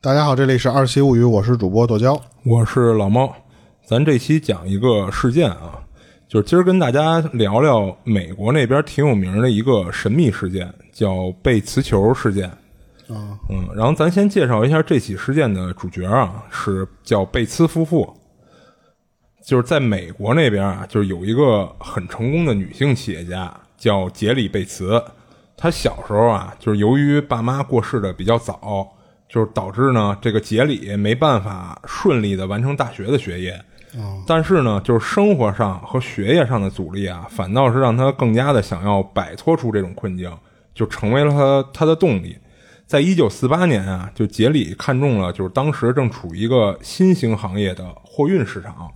大家好，这里是二七物语，我是主播剁椒。我是老猫，咱这期讲一个事件啊，就是今儿跟大家聊聊美国那边挺有名的一个神秘事件，叫贝茨球事件。嗯，然后咱先介绍一下这起事件的主角啊，是叫贝茨夫妇。就是在美国那边啊，就是有一个很成功的女性企业家叫杰里·贝茨。她小时候啊，就是由于爸妈过世的比较早，就是导致呢这个杰里没办法顺利的完成大学的学业。但是呢，就是生活上和学业上的阻力啊，反倒是让她更加的想要摆脱出这种困境，就成为了她她的动力。在一九四八年啊，就杰里看中了，就是当时正处于一个新兴行业的货运市场，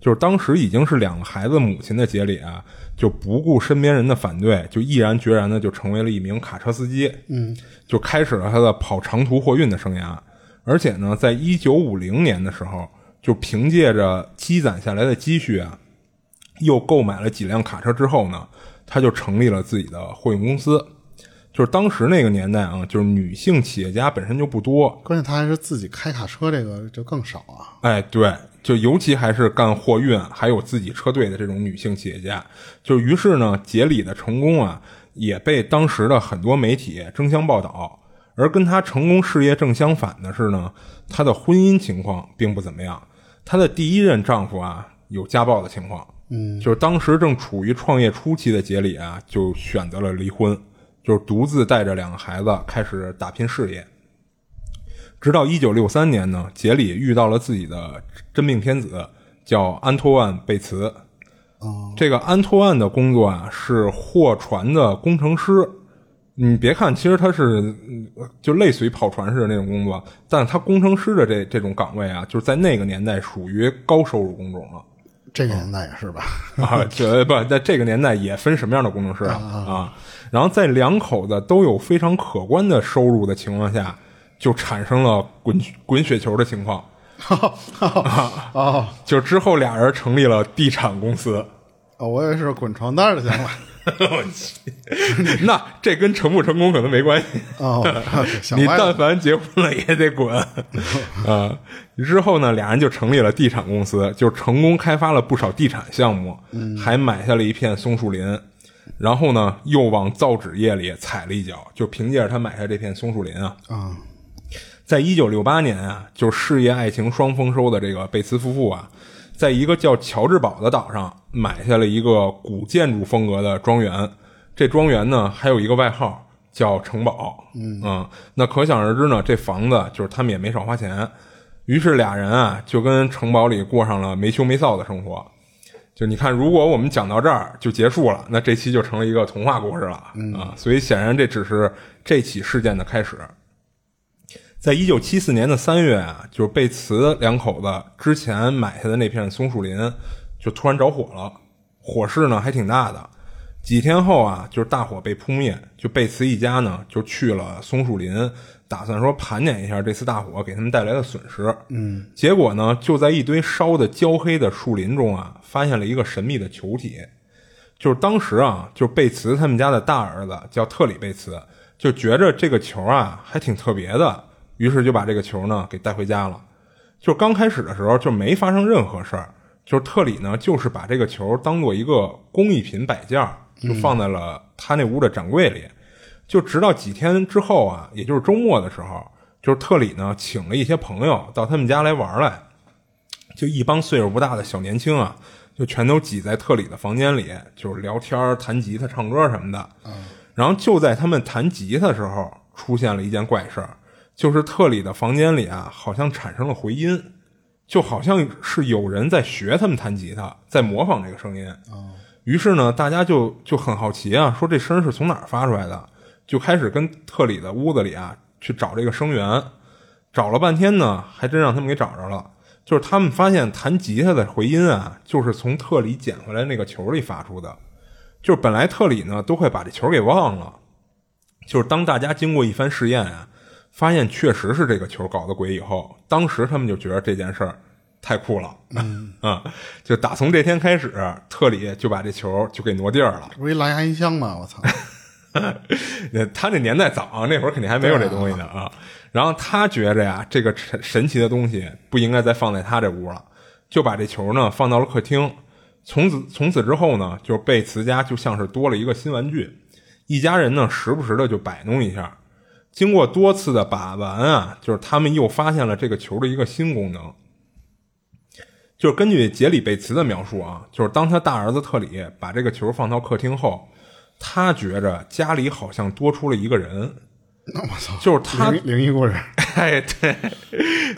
就是当时已经是两个孩子母亲的杰里啊，就不顾身边人的反对，就毅然决然的就成为了一名卡车司机，嗯，就开始了他的跑长途货运的生涯，而且呢，在一九五零年的时候，就凭借着积攒下来的积蓄啊，又购买了几辆卡车之后呢，他就成立了自己的货运公司。就是当时那个年代啊，就是女性企业家本身就不多，关键他还是自己开卡车，这个就更少啊。哎，对，就尤其还是干货运还有自己车队的这种女性企业家，就是于是呢，杰里的成功啊，也被当时的很多媒体争相报道。而跟她成功事业正相反的是呢，她的婚姻情况并不怎么样。她的第一任丈夫啊有家暴的情况，嗯，就是当时正处于创业初期的杰里啊，就选择了离婚，就是独自带着两个孩子开始打拼事业。直到一九六三年呢，杰里遇到了自己的真命天子，叫安托万·贝茨。这个安托万的工作啊是货船的工程师。你别看，其实他是嗯就类似于跑船似的那种工作，但他工程师的这这种岗位啊，就是在那个年代属于高收入工种了。这个年代也是吧？ 啊，这不在这个年代也分什么样的工程师啊啊。然后在两口子都有非常可观的收入的情况下，就产生了滚滚雪球的情况， 哦，就之后俩人成立了地产公司。 我也是滚床单儿的想法。我去， 那这跟成不成功可能没关系。 哦，想你歪但了。凡结婚了也得滚啊、之后呢，俩人就成立了地产公司，就成功开发了不少地产项目，还买下了一片松树林。然后呢，又往造纸业里踩了一脚，就凭借着他买下这片松树林啊，啊，在一九六八年啊，就事业爱情双丰收的这个贝茨夫妇啊，在一个叫乔治堡的岛上买下了一个古建筑风格的庄园。这庄园呢，还有一个外号叫城堡。嗯那可想而知呢，这房子就是他们也没少花钱。于是俩人啊，就跟城堡里过上了没羞没臊的生活。就你看，如果我们讲到这儿就结束了，那这期就成了一个童话故事了、啊！所以显然这只是这起事件的开始。在一九七四年的三月啊，就是贝茨两口子之前买下的那片松树林，就突然着火了，火势呢还挺大的。几天后啊，就是大火被扑灭，就贝茨一家呢就去了松树林，打算说盘点一下这次大火给他们带来的损失。嗯，结果呢，就在一堆烧的焦黑的树林中啊，发现了一个神秘的球体。就是当时啊，就是贝茨他们家的大儿子叫特里贝茨，就觉着这个球啊还挺特别的，于是就把这个球呢给带回家了。就刚开始的时候就没发生任何事儿，就是特里呢就是把这个球当做一个工艺品摆件儿，就放在了他那屋的展柜里。就直到几天之后啊，也就是周末的时候，就是特里呢请了一些朋友到他们家来玩儿来，就一帮岁数不大的小年轻啊，就全都挤在特里的房间里，就是聊天儿、弹吉他、唱歌什么的。然后就在他们弹吉他的时候，出现了一件怪事儿，就是特里的房间里啊，好像产生了回音，就好像是有人在学他们弹吉他，在模仿这个声音。于是呢，大家就就很好奇啊，说这声儿是从哪儿发出来的，就开始跟特里的屋子里啊去找这个声源，找了半天呢，还真让他们给找着了。就是他们发现弹吉他的回音啊，就是从特里捡回来那个球里发出的。就是本来特里呢都快把这球给忘了，就是当大家经过一番试验啊，发现确实是这个球搞的鬼以后，当时他们就觉得这件事儿太酷了，嗯 啊，就打从这天开始，特里就把这球就给挪地儿了。 这不是一蓝牙音箱吗？我操！ 那他那年代早啊，那会儿肯定还没有这东西呢啊。然后他觉着呀，这个神神奇的东西不应该再放在他这屋了，就把这球呢放到了客厅。从此从此之后呢，就是贝茨家就像是多了一个新玩具，一家人呢时不时的就摆弄一下。经过多次的把玩啊，就是他们又发现了这个球的一个新功能，就是根据杰里贝茨的描述啊，就是当他大儿子特里把这个球放到客厅后，他觉着家里好像多出了一个人，那我操，就是他灵灵异故事， 哎，对，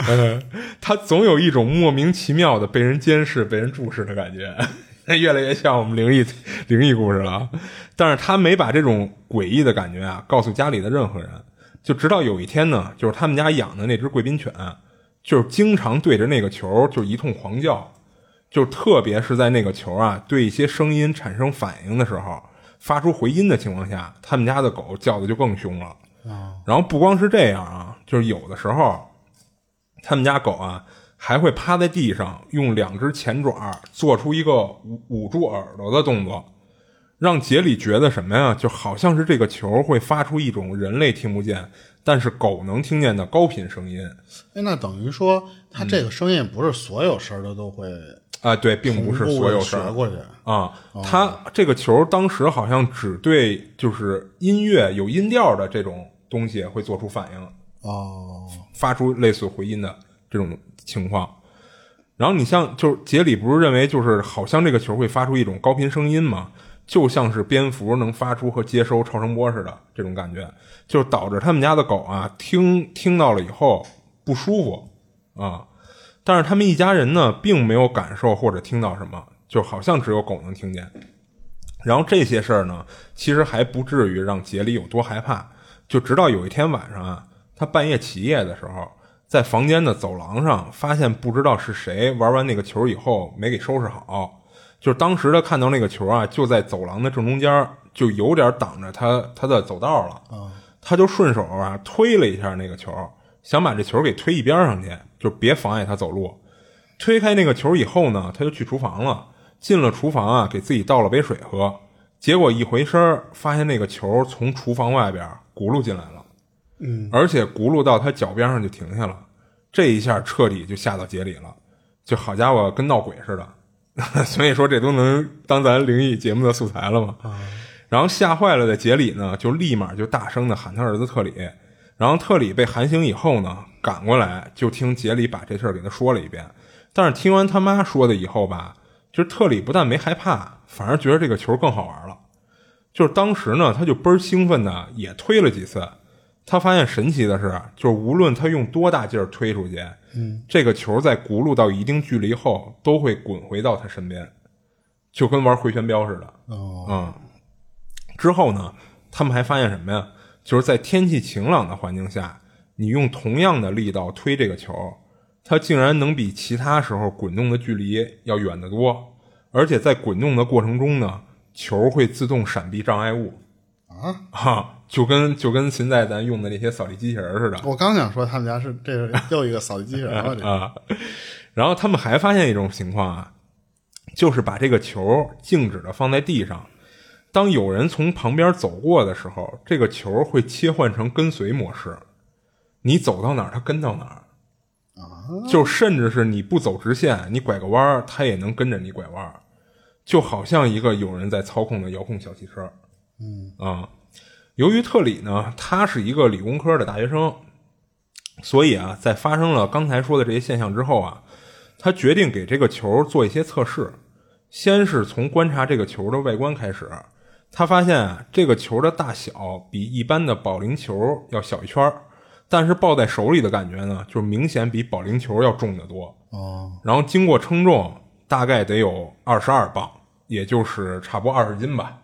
嗯，他总有一种莫名其妙的被人监视、被人注视的感觉，越来越像我们灵异灵异故事了啊。但是他没把这种诡异的感觉啊告诉家里的任何人，就直到有一天呢，就是他们家养的那只贵宾犬，就是经常对着那个球就一通狂叫，就特别是在那个球啊对一些声音产生反应的时候，发出回音的情况下，他们家的狗叫的就更凶了。然后不光是这样啊，就是有的时候，他们家狗啊还会趴在地上，用两只前爪儿做出一个捂捂住耳朵的动作，让杰里觉得什么呀？就好像是这个球会发出一种人类听不见，但是狗能听见的高频声音哎，那等于说他这个声音不是所有声儿他都会啊、对，并不是所有事儿学过去，啊，他这个球当时好像只对就是音乐有音调的这种东西会做出反应，哦，发出类似回音的这种情况。然后你像就是杰里不是认为就是好像这个球会发出一种高频声音吗？就像是蝙蝠能发出和接收超声波似的这种感觉，就导致他们家的狗啊听听到了以后不舒服啊。但是他们一家人呢，并没有感受或者听到什么，就好像只有狗能听见。然后这些事儿呢，其实还不至于让杰里有多害怕。就直到有一天晚上啊，他半夜起夜的时候，在房间的走廊上发现不知道是谁玩完那个球以后没给收拾好，就是当时他看到那个球啊，就在走廊的正中间儿，就有点挡着他他的走道了。他就顺手啊推了一下那个球，想把这球给推一边上去，就别妨碍他走路。推开那个球以后呢，他就去厨房了。进了厨房啊，给自己倒了杯水喝，结果一回身儿发现那个球从厨房外边轱辘进来了，嗯，而且轱辘到他脚边上就停下了。这一下彻底就吓到杰里了，就好家伙，跟闹鬼似的。 所以说，这都能当咱灵异节目的素材了嘛。然后吓坏了的杰里呢，就立马就大声的喊他儿子特里。然后特里被喊醒以后呢，赶过来就听杰里把这事儿给他说了一遍。但是听完他妈说的以后吧，就是特里不但没害怕，反而觉得这个球更好玩了。就是当时呢，他就倍儿兴奋的也推了几次。他发现神奇的是，啊就是无论他用多大劲儿推出去，嗯，这个球在轱辘到一定距离后都会滚回到他身边，就跟玩回旋镖似的。哦，嗯，之后呢，他们还发现什么呀？就是在天气晴朗的环境下，你用同样的力道推这个球，它竟然能比其他时候滚动的距离要远得多，而且在滚动的过程中呢，球会自动闪避障碍物啊，啊，就跟就跟现在咱用的那些扫地机器人似的。我刚想说他们家是这是又一个扫地机器人 了，这啊。然后他们还发现一种情况啊，就是把这个球静止的放在地上，当有人从旁边走过的时候，这个球会切换成跟随模式，你走到哪儿，它跟到哪儿。就甚至是你不走直线，你拐个弯儿，它也能跟着你拐弯儿，就好像一个有人在操控的遥控小汽车。嗯啊，由于特里呢，他是一个理工科的大学生，所以啊，在发生了刚才说的这些现象之后啊，他决定给这个球做一些测试。先是从观察这个球的外观开始，他发现啊，这个球的大小比一般的保龄球要小一圈儿，但是抱在手里的感觉呢，就明显比保龄球要重得多。哦，然后经过称重，大概得有二十二磅，也就是差不多二十斤吧。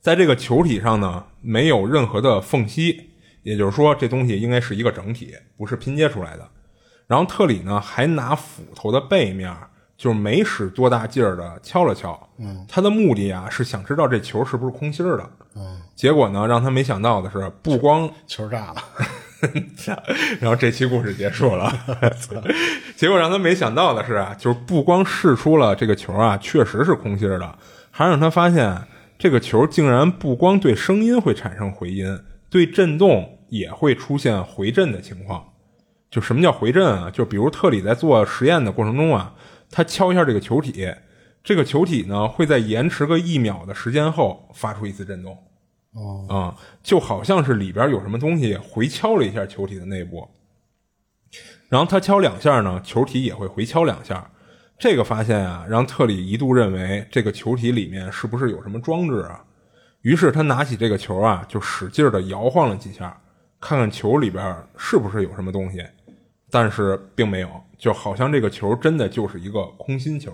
在这个球体上呢，没有任何的缝隙，也就是说，这东西应该是一个整体，不是拼接出来的。然后特里呢，还拿斧头的背面，就是没使多大劲儿的敲了敲。嗯，他的目的啊，是想知道这球是不是空心儿的。嗯，结果呢，让他没想到的是，不光球炸了， 然后这期故事结束了。 结果让他没想到的是啊，就是不光试出了这个球啊，确实是空心儿的，还让他发现这个球竟然不光对声音会产生回音，对震动也会出现回震的情况。就什么叫回震啊？就比如特里在做实验的过程中啊，他敲一下这个球体，这个球体呢会在延迟个一秒的时间后发出一次震动。哦，啊、就好像是里边有什么东西回敲了一下球体的内部，然后他敲两下呢，球体也会回敲两下。这个发现啊，让特里一度认为这个球体里面是不是有什么装置啊？于是他拿起这个球啊，就使劲的摇晃了几下，看看球里边是不是有什么东西，但是并没有，就好像这个球真的就是一个空心球。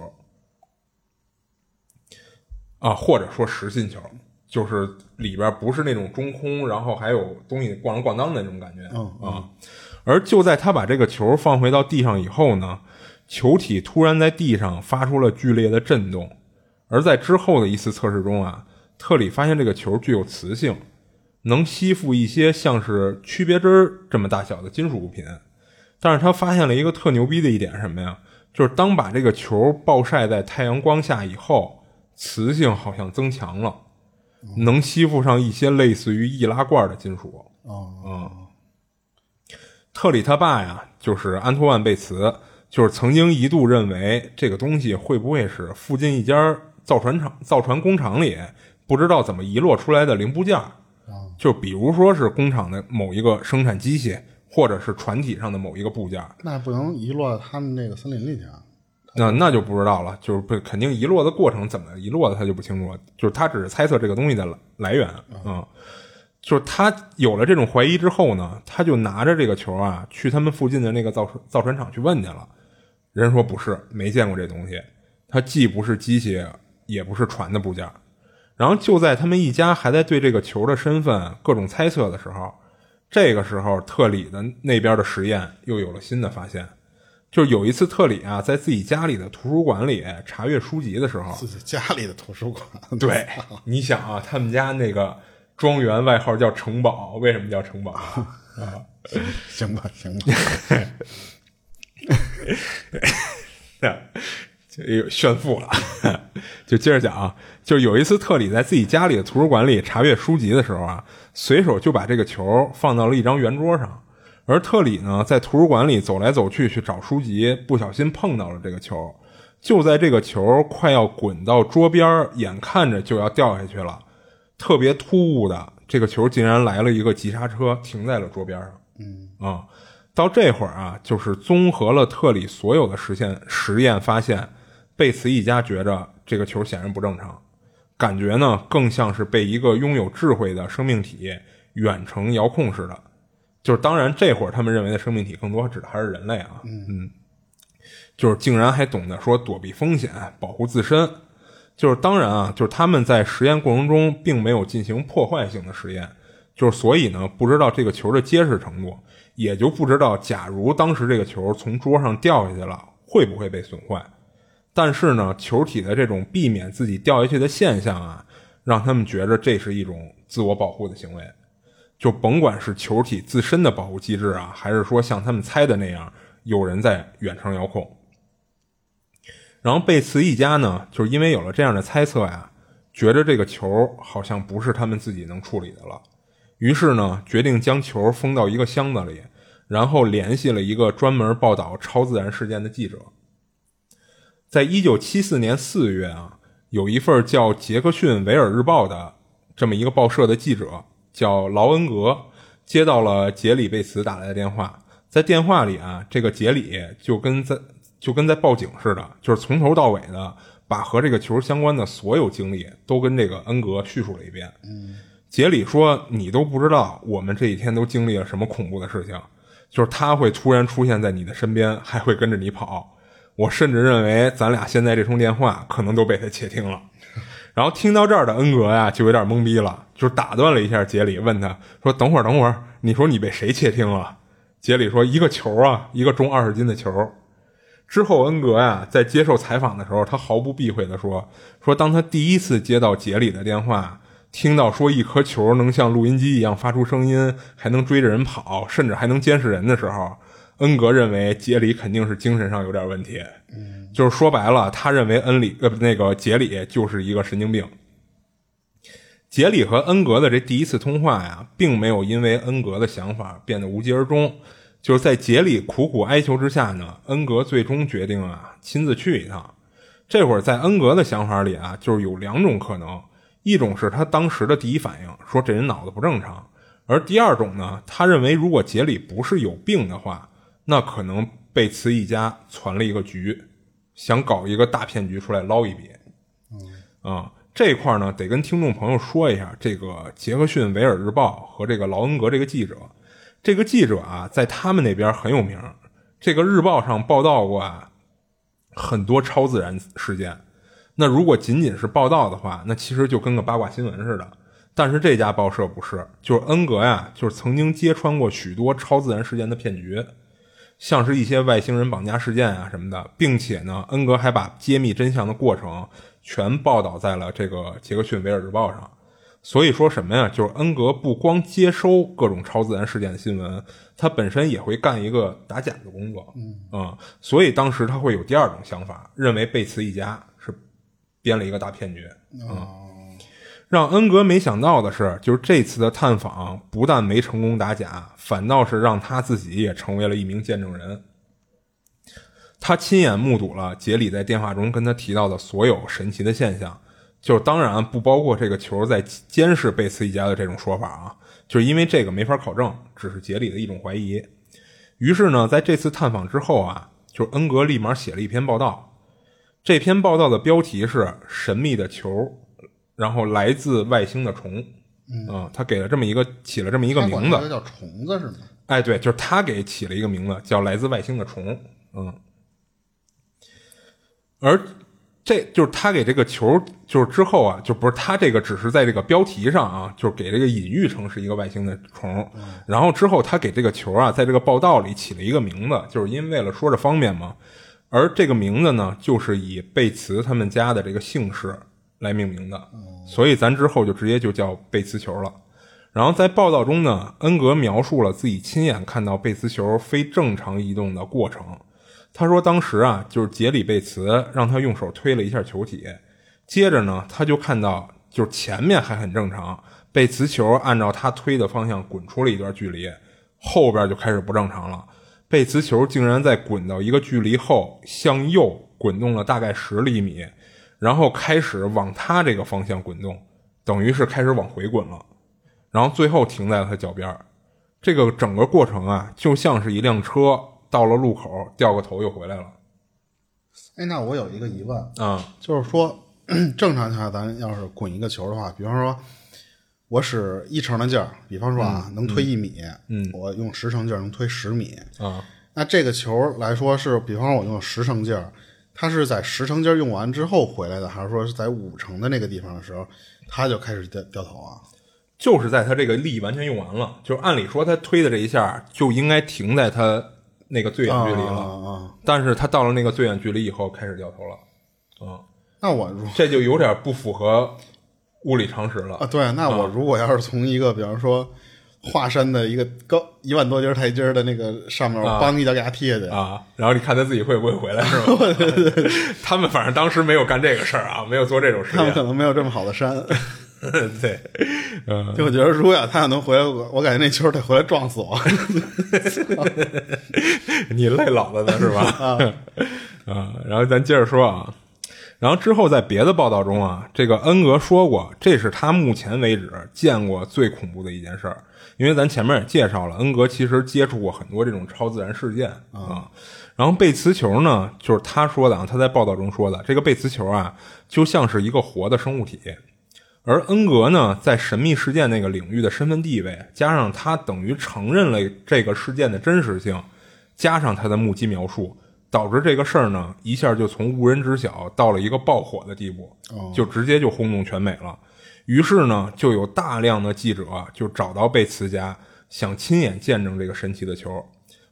啊，或者说实心球，就是里边不是那种中空，然后还有东西咣啷咣当的那种感觉啊、嗯而就在他把这个球放回到地上以后呢，球体突然在地上发出了剧烈的震动。而在之后的一次测试中啊，特里发现这个球具有磁性，能吸附一些像是区别针儿这么大小的金属物品。但是他发现了一个特牛逼的一点是什么呀？就是当把这个球暴晒在太阳光下以后，磁性好像增强了，能吸附上一些类似于易拉罐的金属。嗯哦，特里他爸呀，就是安托万·贝茨，就是曾经一度认为这个东西会不会是附近一家造船厂、造船工厂里不知道怎么遗落出来的零部件儿，就比如说是工厂的某一个生产机器，或者是船体上的某一个部件儿。那不能遗落到他们那个森林里去啊。那那就不知道了，就是不肯定遗落的过程怎么遗落的，他就不清楚了。就是他只是猜测这个东西的来来源，嗯，就是他有了这种怀疑之后呢，他就拿着这个球啊，去他们附近的那个造船造船厂去问去了。人说不是，没见过这东西，它既不是机器，也不是船的部件。然后就在他们一家还在对这个球的身份各种猜测的时候，这个时候特里的那边的实验又有了新的发现。就是有一次，特里啊，在自己家里的图书馆里查阅书籍的时候，自己家里的图书馆，对，你想啊，他们家那个庄园外号叫城堡，为什么叫城堡？啊行吧，行吧，这有炫富了。 就接着讲啊，就是有一次特里在自己家里的图书馆里查阅书籍的时候啊，随手就把这个球放到了一张圆桌上，而特里呢在图书馆里走来走去去找书籍，不小心碰到了这个球。就在这个球快要滚到桌边儿，眼看着就要掉下去了，特别突兀的，这个球竟然来了一个急刹车，停在了桌边上。啊、到这会儿啊，就是综合了特里所有的实现实验，发现贝茨一家觉着这个球显然不正常，感觉呢更像是被一个拥有智慧的生命体远程遥控似的。就是当然，这会儿他们认为的生命体更多指的还是人类啊，嗯，就是竟然还懂得说躲避风险、保护自身。就是当然啊，就是他们在实验过程中并没有进行破坏性的实验，就是所以呢，不知道这个球的结实程度，也就不知道假如当时这个球从桌上掉下去了，会不会被损坏。但是呢，球体的这种避免自己掉下去的现象啊，让他们觉着这是一种自我保护的行为。就甭管是球体自身的保护机制啊，还是说像他们猜的那样，有人在远程遥控。然后贝茨一家呢，就是因为有了这样的猜测呀，觉着这个球好像不是他们自己能处理的了，于是呢，决定将球封到一个箱子里，然后联系了一个专门报道超自然事件的记者。在一九七四年四月啊，有一份叫《杰克逊维尔日报》的这么一个报社的记者叫劳恩格，接到了杰里贝茨打来的电话。在电话里啊，这个杰里就跟在就跟在报警似的，就是从头到尾的把和这个球相关的所有经历都跟这个恩格叙述了一遍。杰里说：“你都不知道我们这几天都经历了什么恐怖的事情，就是他会突然出现在你的身边，还会跟着你跑。我甚至认为咱俩现在这通电话可能都被他窃听了。”然后听到这儿的恩格呀，就有点懵逼了，就是打断了一下杰里，问他说：“等会儿，等会儿，你说你被谁窃听了？”杰里说：“一个球啊，一个重二十斤的球。”之后，恩格呀、在接受采访的时候，他毫不避讳地说：“说当他第一次接到杰里的电话，听到说一颗球能像录音机一样发出声音，还能追着人跑，甚至还能监视人的时候，恩格认为杰里肯定是精神上有点问题。就是说白了，他认为恩里呃不那个杰里就是一个神经病。杰里和恩格的这第一次通话呀，并没有因为恩格的想法变得无疾而终。就是在杰里苦苦哀求之下呢，恩格最终决定啊亲自去一趟。这会儿在恩格的想法里啊，就是有两种可能，一种是他当时的第一反应，说这人脑子不正常；而第二种呢，他认为如果杰里不是有病的话，那可能贝茨一家攒了一个局，想搞一个大骗局出来捞一笔。啊、这块儿呢，得跟听众朋友说一下，这个杰克逊《维尔日报》和这个劳恩格这个记者，这个记者啊，在他们那边很有名儿。这个日报上报道过啊，很多超自然事件。那如果仅仅是报道的话，那其实就跟个八卦新闻似的。但是这家报社不是，就是恩格呀，就是曾经揭穿过许多超自然事件的骗局。像是一些外星人绑架事件啊什么的，并且呢，恩格还把揭秘真相的过程全报道在了这个杰克逊《维尔日报》上。所以说什么呀？就是恩格不光接收各种超自然事件的新闻，他本身也会干一个打假的工作。嗯所以当时他会有第二种想法，认为贝茨一家是编了一个大骗局。让恩格没想到的是，就是这次的探访不但没成功打假，反倒是让他自己也成为了一名见证人。他亲眼目睹了杰里在电话中跟他提到的所有神奇的现象，就当然不包括这个球在监视贝茨一家的这种说法啊，就是因为这个没法考证，只是杰里的一种怀疑。于是呢，在这次探访之后啊，就是恩格立马写了一篇报道，这篇报道的标题是《神秘的球》，然后来自外星的虫。嗯，他给了这么一个起了这么一一个名字，叫虫子是吗？哎，对，就是他给起了一个名字，叫《来自外星的虫》。嗯，而这就是他给这个球，就是之后啊，就不是他这个只是在这个标题上啊，就是给这个隐喻成是一个外星的虫。然后之后他给这个球啊，在这个报道里起了一个名字，就是因为为了说着方便嘛。而这个名字呢，就是以贝茨他们家的这个姓氏来命名的，所以咱之后就直接就叫贝茨球了。然后在报道中呢，恩格描述了自己亲眼看到贝茨球非正常移动的过程。他说，当时啊，就是杰里贝茨让他用手推了一下球体，接着呢，他就看到就是前面还很正常，贝茨球按照他推的方向滚出了一段距离，后边就开始不正常了。贝茨球竟然在滚到一个距离后向右滚动了大概十厘米，然后开始往他这个方向滚动，等于是开始往回滚了。然后最后停在了他脚边儿。这个整个过程啊，就像是一辆车到了路口掉个头又回来了哎，那我有一个疑问，啊、就是说正常情况下，咱要是滚一个球的话，比方说我使一成的劲儿，比方说啊，能推一米，嗯，我用十成劲儿能推十米，啊！那这个球来说是，比方说我用十成劲儿，它是在十成劲儿用完之后回来的，还是说是在五成的那个地方的时候，它就开始掉掉头啊？就是在他这个力完全用完了，就是按理说他推的这一下就应该停在他那个最远距离了，啊啊！但是他到了那个最远距离以后开始掉头了，那我如这就有点不符合物理常识了啊，对，那嗯我如果要是从一个，比方说华山的一个高一万多阶台阶儿的那个上面，我梆一脚给它踢下去，啊，然后你看他自己会不会回来是 吧？ 他们反正当时没有干这个事儿啊，没有做这种实他们 验。可能没有这么好的山。对，嗯， 就我觉得，如果要他要能回来，我我感觉那球得回来撞死我。 你累老了呢是吧？ 啊，然后咱接着说啊，然后之后在别的报道中啊，这个恩格说过，这是他目前为止见过最恐怖的一件事儿，因为咱前面也介绍了，恩格其实接触过很多这种超自然事件啊。然后贝茨球呢，就是他说的啊，他在报道中说的，这个贝茨球啊，就像是一个活的生物体，而恩格呢，在神秘事件那个领域的身份地位，加上他等于承认了这个事件的真实性，加上他的目击描述，导致这个事儿呢，一下就从无人知晓到了一个爆火的地步，就直接就轰动全美了。于是呢，就有大量的记者啊就找到贝茨家，想亲眼见证这个神奇的球。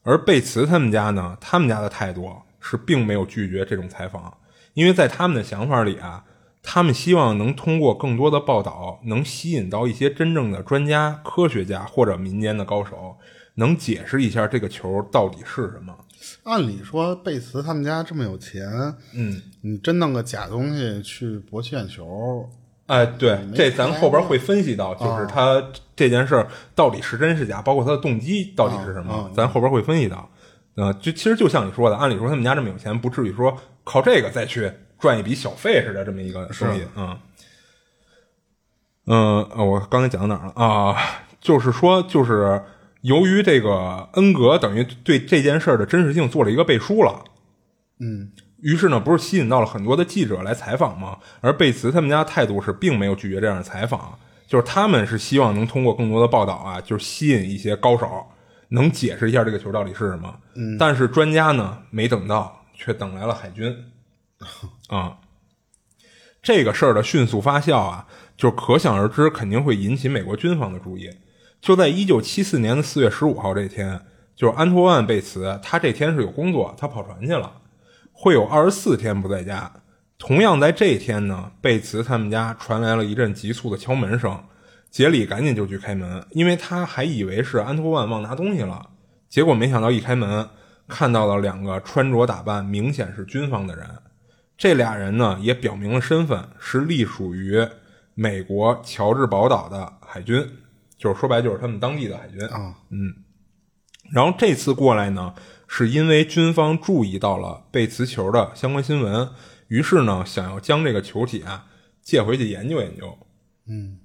而贝茨他们家呢，他们家的态度是并没有拒绝这种采访，因为在他们的想法里啊，他们希望能通过更多的报道，能吸引到一些真正的专家、科学家或者民间的高手，能解释一下这个球到底是什么。按理说，贝茨他们家这么有钱，嗯，你真弄个假东西去博气眼球，哎，对，没这咱看后边过啊会分析到，就是他这件事儿到底是真是假，包括他的动机到底是什啊么，咱后边会分析到。呃，就其实就像你说的，按理说他们家这么有钱，不至于说靠这个再去赚一笔小费似的这么一个生意，嗯。嗯、呃我刚才讲到哪儿了啊？就是说，就是由于这个恩格等于对这件事儿的真实性做了一个背书了，嗯，于是呢，不是吸引到了很多的记者来采访吗？而贝茨他们家态度是并没有拒绝这样的采访，就是他们是希望能通过更多的报道啊，就是吸引一些高手，能解释一下这个球到底是什么。嗯，但是专家呢没等到，却等来了海军。啊、这个事儿的迅速发酵啊，就可想而知，肯定会引起美国军方的注意。就在一九七四年的四月十五号这天，就是安托万·贝茨，他这天是有工作，他跑船去了，会有二十四天不在家。同样在这一天呢，贝茨他们家传来了一阵急促的敲门声，杰里赶紧就去开门，因为他还以为是安托万忘拿东西了，结果没想到一开门，看到了两个穿着打扮明显是军方的人。这俩人呢也表明了身份，是隶属于美国乔治堡岛的海军，就是说白了就是他们当地的海军啊。然后这次过来呢，是因为军方注意到了贝茨球的相关新闻，于是呢想要将这个球体啊借回去研究研究。嗯，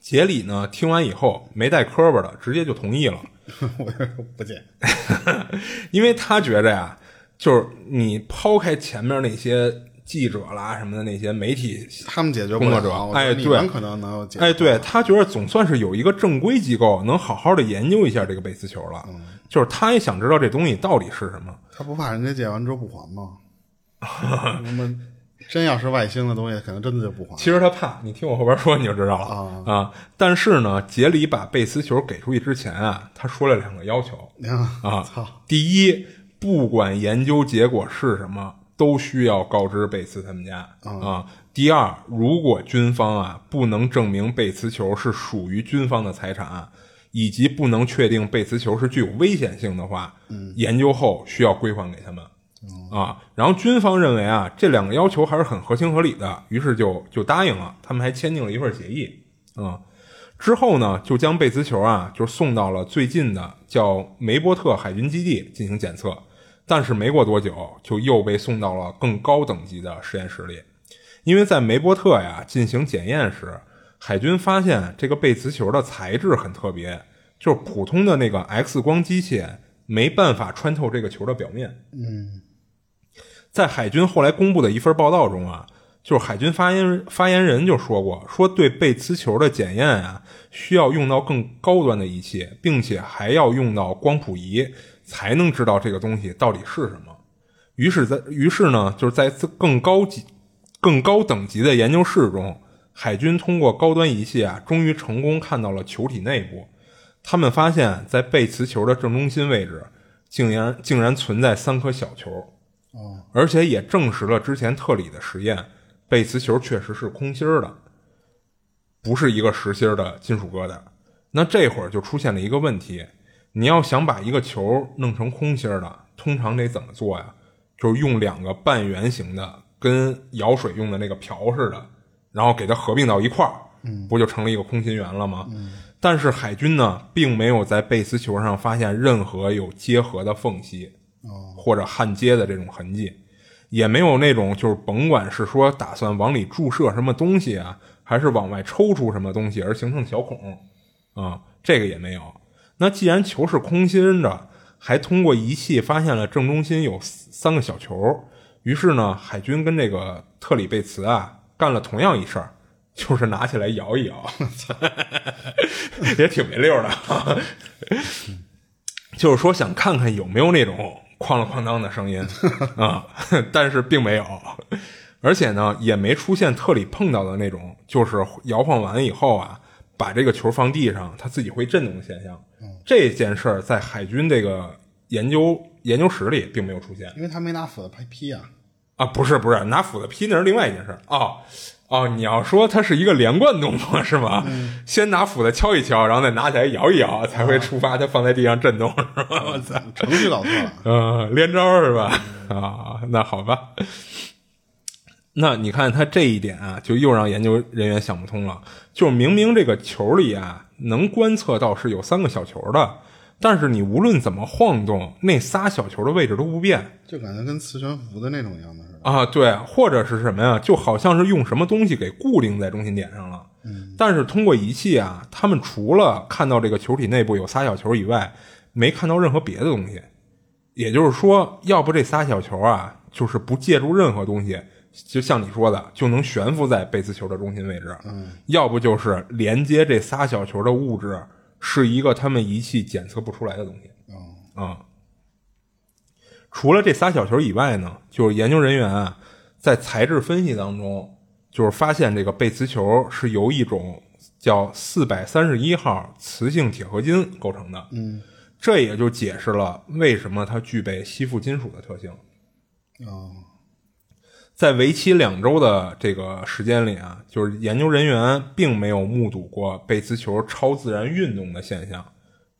杰里呢听完以后没带磕巴的，直接就同意了。我不介意。因为他觉着呀，就是你抛开前面那些记者啦什么的那些媒体，他们解决不工了作者我觉得哎你对们可能能有解决。哎，对他觉得总算是有一个正规机构能好好的研究一下这个贝斯球了，就是他也想知道这东西到底是什么。他不怕人家借完之后不还 吗？那么真要是外星的东西，可能真的就不还。其实他怕，你听我后边说你就知道了啊、但是呢，杰里把贝斯球给出去之前啊，他说了两个要求你看啊。操，第一，不管研究结果是什么，都需要告知贝茨他们家啊、第二，如果军方啊不能证明贝茨球是属于军方的财产，以及不能确定贝茨球是具有危险性的话，研究后需要归还给他们。啊，然后军方认为啊，这两个要求还是很合情合理的，于是就就答应了，他们还签订了一份协议。啊、之后呢，就将贝兹球啊，就送到了最近的叫梅波特海军基地进行检测，但是没过多久，就又被送到了更高等级的实验室里，因为在梅波特呀进行检验时，海军发现这个贝兹球的材质很特别，就是普通的那个 X 光机械没办法穿透这个球的表面。在海军后来公布的一份报道中啊，就是海军发言发言人就说过，说对贝兹球的检验啊，需要用到更高端的仪器，并且还要用到光谱仪，才能知道这个东西到底是什么。于是在，于是呢，就是在自更高级、更高等级的研究室中，海军通过高端仪器啊，终于成功看到了球体内部。他们发现，在贝茨球的正中心位置，竟然竟然存在三颗小球。而且也证实了之前特里的实验，贝茨球确实是空心儿的，不是一个实心儿的金属疙瘩。那这会儿就出现了一个问题，你要想把一个球弄成空心儿的，通常得怎么做呀？就是用两个半圆形的，跟舀水用的那个瓢似的，然后给它合并到一块儿，不就成了一个空心圆了吗？但是海军呢，并没有在贝斯球上发现任何有接合的缝隙，或者焊接的这种痕迹，也没有那种就是甭管是说打算往里注射什么东西啊，还是往外抽出什么东西而形成小孔啊、这个也没有。那既然球是空心的，还通过仪器发现了正中心有三个小球，于是呢，海军跟这个特里贝茨啊干了同样一事儿。就是拿起来摇一摇， 也挺没溜儿的。就是说想看看有没有那种哐啷哐当的声音啊，但是并没有，而且呢也没出现特里碰到的那种，就是摇晃完以后啊，把这个球放地上，它自己会震动的现象。这件事儿在海军这个研究研究室里并没有出现因为他没拿斧子拍劈啊。啊，不是不是，拿斧子劈那是另外一件事儿哦。哦，你要说它是一个连贯动作是吗？先拿斧子敲一敲，然后再拿起来摇一摇，才会触发它放在地上震动，是吧？ 我操！程嗯序搞错了，呃，连招儿是吧？啊，那好吧。那你看他这一点啊，就又让研究人员想不通了。就是明明这个球里啊，能观测到是有三个小球的，但是你无论怎么晃动，那仨小球的位置都不变就感觉跟磁悬浮的那种样子似的。啊。对，或者是什么呀？就好像是用什么东西给固定在中心点上了。但是通过仪器啊，他们除了看到这个球体内部有仨小球以外，没看到任何别的东西。也就是说，要不这仨小球啊，就是不借助任何东西，就像你说的，就能悬浮在贝斯球的中心位置；嗯、要不就是连接这仨小球的物质是一个他们仪器检测不出来的东西。啊、除了这仨小球以外呢，就是研究人员啊，在材质分析当中，就是发现这个贝磁球是由一种叫四百三十一号磁性铁合金构成的。嗯，这也就解释了为什么它具备吸附金属的特性。哦，在为期两周的这个时间里啊，就是研究人员并没有目睹过贝兹球超自然运动的现象，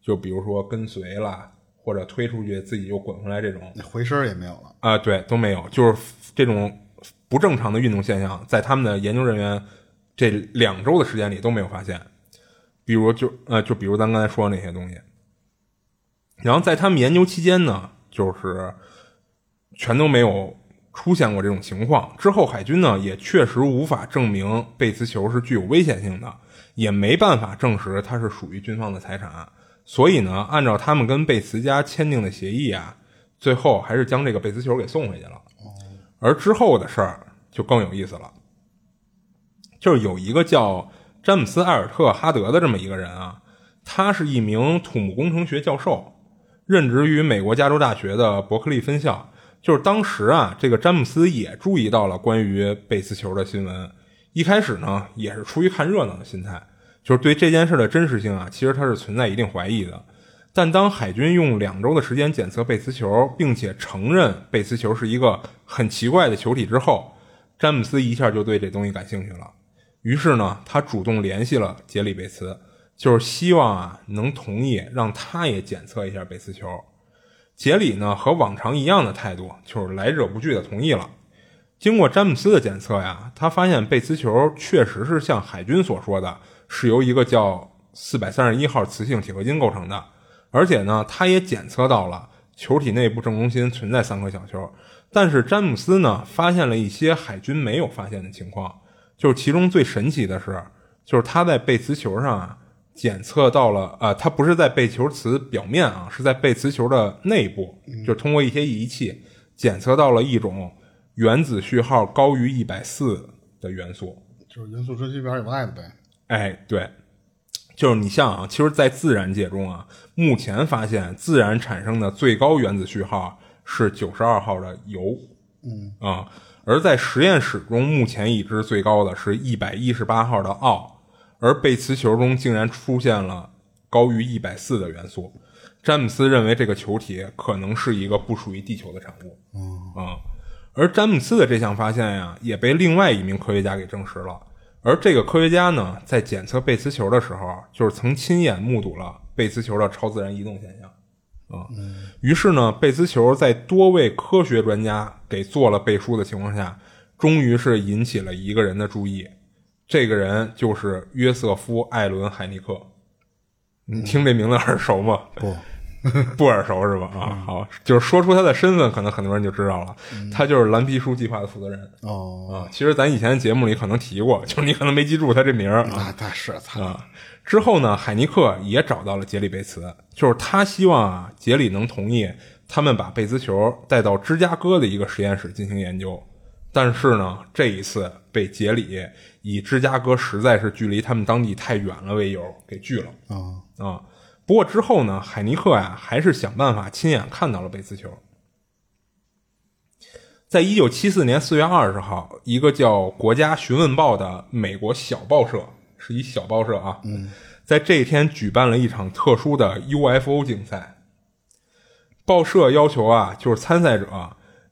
就比如说跟随啦，或者推出去自己又滚回来这种那回声儿也没有了。啊，对，都没有，就是这种不正常的运动现象，在他们的研究人员这两周的时间里都没有发现。比如就呃，就比如咱刚才说的那些东西。然后在他们研究期间呢，就是全都没有出现过这种情况。之后，海军呢也确实无法证明贝茨球是具有危险性的，也没办法证实它是属于军方的财产。啊所以呢，按照他们跟贝茨家签订的协议啊，最后还是将这个贝茨球给送回去了。而之后的事儿就更有意思了，就是有一个叫詹姆斯·艾尔特·哈德的这么一个人啊，他是一名土木工程学教授，任职于美国加州大学的伯克利分校。就是当时啊，这个詹姆斯也注意到了关于贝斯球的新闻。一开始呢，也是出于看热闹的心态，就是对这件事的真实性啊，其实他是存在一定怀疑的。但当海军用两周的时间检测贝茨球，并且承认贝茨球是一个很奇怪的球体之后，詹姆斯一下就对这东西感兴趣了。于是呢，他主动联系了杰里贝茨，就是希望啊能同意让他也检测一下贝茨球。杰里呢和往常一样的态度，就是来者不拒的同意了。经过詹姆斯的检测呀，他发现贝茨球确实是像海军所说的，是由一个叫四百三十一号磁性铁合金构成的，而且呢，他也检测到了球体内部正中心存在三颗小球。但是詹姆斯呢，发现了一些海军没有发现的情况，就是其中最神奇的是，就是他在贝茨球上啊检测到了啊、它不是在贝球磁表面啊，是在贝磁球的内部，就是通过一些仪器检测到了一种原子序号高于一百四的元素。就是元素周期表以外的呗。哎，对，就是你像啊，其实，在自然界中啊，目前发现自然产生的最高原子序号是九十二号的铀，嗯啊、而在实验室中，目前已知最高的是一百一十八号的奥，而贝茨球中竟然出现了高于一百四的元素。詹姆斯认为这个球体可能是一个不属于地球的产物。啊、而詹姆斯的这项发现呀，也被另外一名科学家给证实了。而这个科学家呢，在检测贝茨球的时候，啊就是曾亲眼目睹了贝茨球的超自然移动现象。啊、于是呢，贝茨球在多位科学专家给做了背书的情况下，终于是引起了一个人的注意。这个人就是约瑟夫·艾伦·海尼克。你听这名字耳熟吗？不，不耳熟是吧？啊，好，就是说出他的身份，可能很多人就知道了，他就是蓝皮书计划的负责人哦，啊。其实咱以前节目里可能提过， 就是你可能没记住他这名儿啊。那那是他啊。之后呢，海尼克也找到了杰里贝茨，就是他希望啊，杰里能同意他们把贝兹球带到芝加哥的一个实验室进行研究。但是呢，这一次被杰里以芝加哥实在是距离他们当地太远了为由给拒了。啊，啊。不过之后呢，海尼克呀、还是想办法亲眼看到了贝茨球。在一九七四年四月二十号，一个叫《国家询问报》的美国小报社，是一小报社啊，在这一天举办了一场特殊的 UFO 竞赛。报社要求啊，就是参赛者，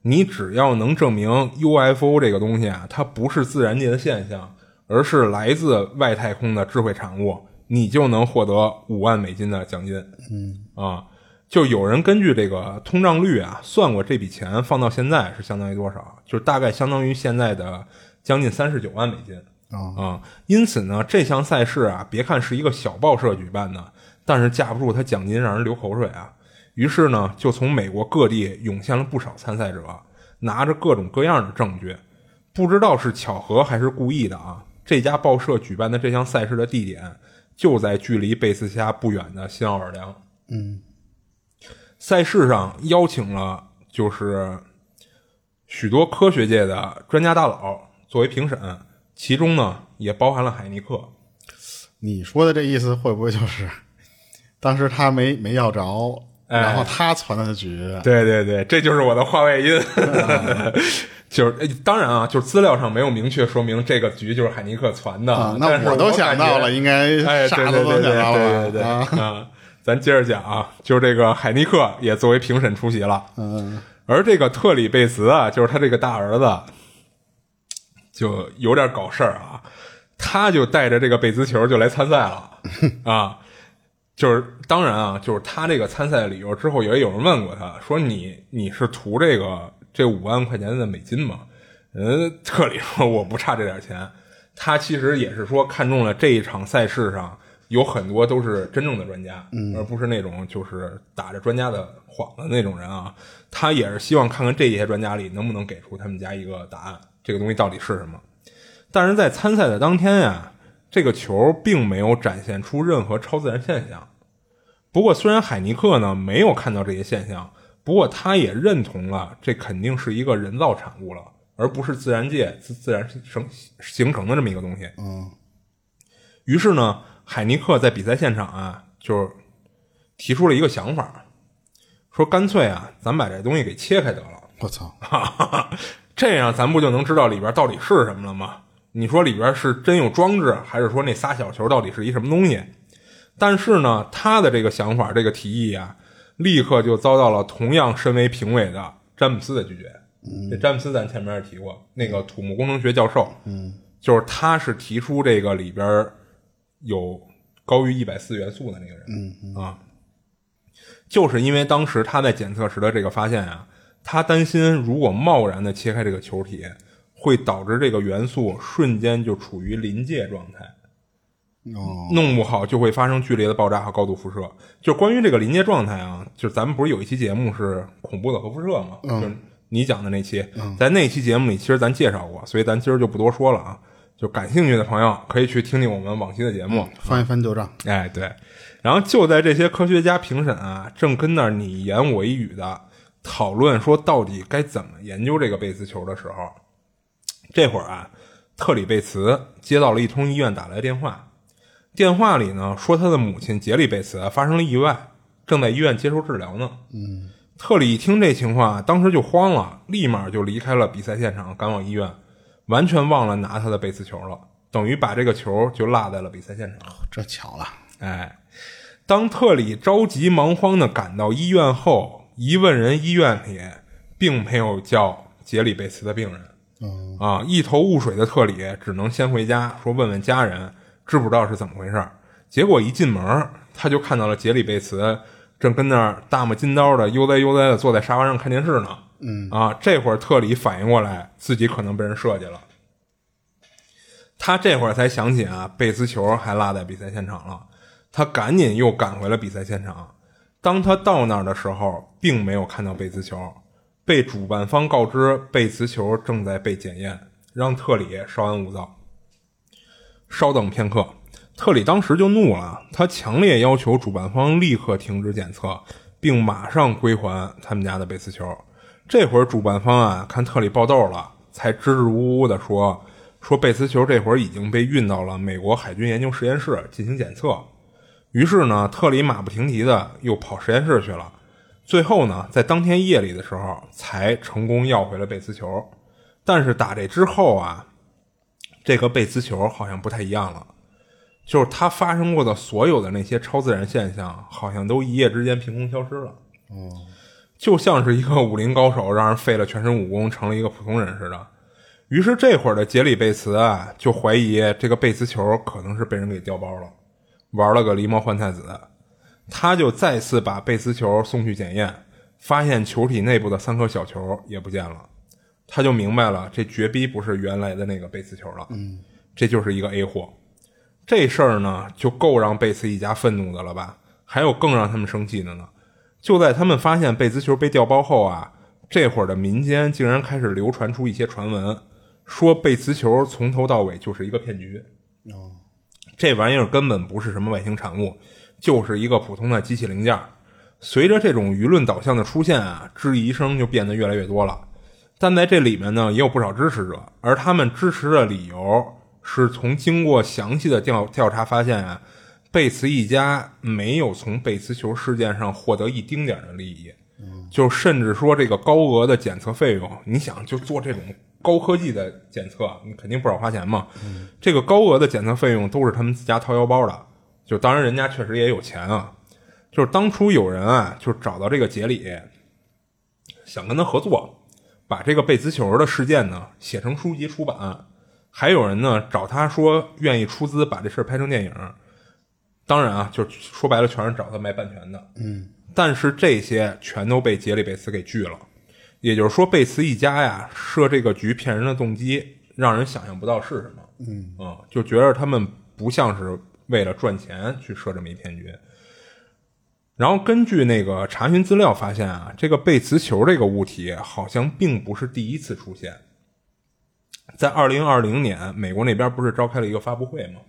你只要能证明 UFO 这个东西啊，它不是自然界的现象，而是来自外太空的智慧产物，你就能获得五万美金的奖金。嗯啊，就有人根据这个通胀率啊算过这笔钱放到现在是相当于多少，就是大概相当于现在的将近三十九万美金啊啊、因此呢，这项赛事啊，别看是一个小报社举办的，但是架不住它奖金让人流口水啊。于是呢，就从美国各地涌现了不少参赛者，拿着各种各样的证据。不知道是巧合还是故意的啊，这家报社举办的这项赛事的地点就在距离贝斯峡不远的新奥尔良。嗯，赛事上邀请了就是许多科学界的专家大佬作为评审，其中呢也包含了海尼克。你说的这意思会不会就是，当时他没没要着，哎然后他传了局？对对对，这就是我的话外音。 就是哎当然啊，就是资料上没有明确说明这个局就是海尼克传的，啊，但是那我都想到感了，觉应该哎，对啥对都对能对想到了对对对啊。啊！咱接着讲啊，就是这个海尼克也作为评审出席了，嗯，而这个特里贝茨啊，就是他这个大儿子，就有点搞事儿啊，他就带着这个贝兹球就来参赛 了啊。就是当然啊，就是他这个参赛的理由，之后也有人问过他说你你是图这个这五万块钱的美金吗？人家特里说我不差这点钱，他其实也是说看中了这一场赛事上有很多都是真正的专家，而不是那种就是打着专家的幌的那种人啊。他也是希望看看这些专家里能不能给出他们家一个答案，这个东西到底是什么。但是在参赛的当天呀，这个球并没有展现出任何超自然现象。不过，虽然海尼克呢没有看到这些现象，不过他也认同了这肯定是一个人造产物了，而不是自然界自自然生形成的这么一个东西。嗯，于是呢，海尼克在比赛现场啊，就是提出了一个想法，说干脆啊，咱把这东西给切开得了。我操， 这样咱不就能知道里边到底是什么了吗？你说里边是真有装置，还是说那仨小球到底是一什么东西？但是呢，他的这个想法、这个提议啊，立刻就遭到了同样身为评委的詹姆斯的拒绝。这詹姆斯咱前面也提过，那个土木工程学教授，嗯，就是他是提出这个里边有高于一百四元素的那个人，嗯啊，就是因为当时他在检测时的这个发现啊，他担心如果贸然的切开这个球体，会导致这个元素瞬间就处于临界状态，哦，弄不好就会发生剧烈的爆炸和高度辐射。就关于这个临界状态啊，就是咱们不是有一期节目是恐怖的核辐射吗？就是你讲的那期，在那期节目里其实咱介绍过，所以咱今儿就不多说了啊。就感兴趣的朋友可以去听听我们往期的节目。翻一翻旧账，哎，对。然后就在这些科学家评审啊，正跟那儿你一言我一语的讨论说到底该怎么研究这个贝兹球的时候，这会儿啊，特里贝茨接到了一通医院打来电话，电话里呢说他的母亲杰里贝茨啊发生了意外，正在医院接受治疗呢。嗯，特里一听这情况啊，当时就慌了，立马就离开了比赛现场，赶往医院，完全忘了拿他的贝兹球了，等于把这个球就落在了比赛现场。这巧了，哎，当特里着急忙慌的赶到医院后，一问人医院里并没有叫杰里贝茨的病人。嗯啊，一头雾水的特里只能先回家，说问问家人知不知道是怎么回事儿。结果一进门，他就看到了杰里贝茨正跟那儿大漠金刀的悠哉悠哉的坐在沙发上看电视呢。嗯啊，这会儿特里反应过来，自己可能被人设计了。他这会儿才想起啊，贝斯球还落在比赛现场了，他赶紧又赶回了比赛现场。当他到那儿的时候，并没有看到贝兹球，被主办方告知贝兹球正在被检验，让特里稍安勿躁。稍等片刻，特里当时就怒了，他强烈要求主办方立刻停止检测，并马上归还他们家的贝斯球。这会儿主办方啊，看特里爆痘了，才支支吾吾地说说贝斯球这会儿已经被运到了美国海军研究实验室进行检测。于是呢，特里马不停蹄的又跑实验室去了。最后呢，在当天夜里的时候，才成功要回了贝斯球。但是打这之后啊，这个贝兹球好像不太一样了，就是它发生过的所有的那些超自然现象，好像都一夜之间凭空消失了。哦，就像是一个武林高手让人废了全身武功，成了一个普通人似的。于是这会儿的杰里贝茨啊，就怀疑这个贝兹球可能是被人给调包了，玩了个狸猫换太子。他就再次把贝斯球送去检验，发现球体内部的三颗小球也不见了，他就明白了，这绝逼不是原来的那个贝斯球了，嗯，这就是一个 A 货。这事儿呢，就够让贝斯一家愤怒的了吧？还有更让他们生气的呢。就在他们发现贝兹球被调包后啊，这会儿的民间竟然开始流传出一些传闻，说贝兹球从头到尾就是一个骗局。哦，这玩意儿根本不是什么外星产物，就是一个普通的机器零件儿。随着这种舆论导向的出现啊，质疑声就变得越来越多了。但在这里面呢，也有不少支持者，而他们支持的理由是从经过详细的调调查发现啊，贝茨一家没有从贝茨球事件上获得一丁点儿的利益，就甚至说这个高额的检测费用，你想就做这种高科技的检测，你肯定不少花钱嘛。这个高额的检测费用都是他们自家掏腰包的，就当然人家确实也有钱啊。就是当初有人啊，就找到这个杰里，想跟他合作，把这个贝兹球的事件呢写成书籍出版。还有人呢找他说愿意出资把这事儿拍成电影，当然啊，就是说白了全是找他卖版权的。嗯，但是这些全都被杰里贝斯给拒了。也就是说，贝茨一家呀设这个局骗人的动机，让人想象不到是什么。嗯就觉得他们不像是为了赚钱去设这么一骗局。然后根据那个查询资料发现啊，这个贝茨球这个物体好像并不是第一次出现。在二零二零年，美国那边不是召开了一个发布会吗？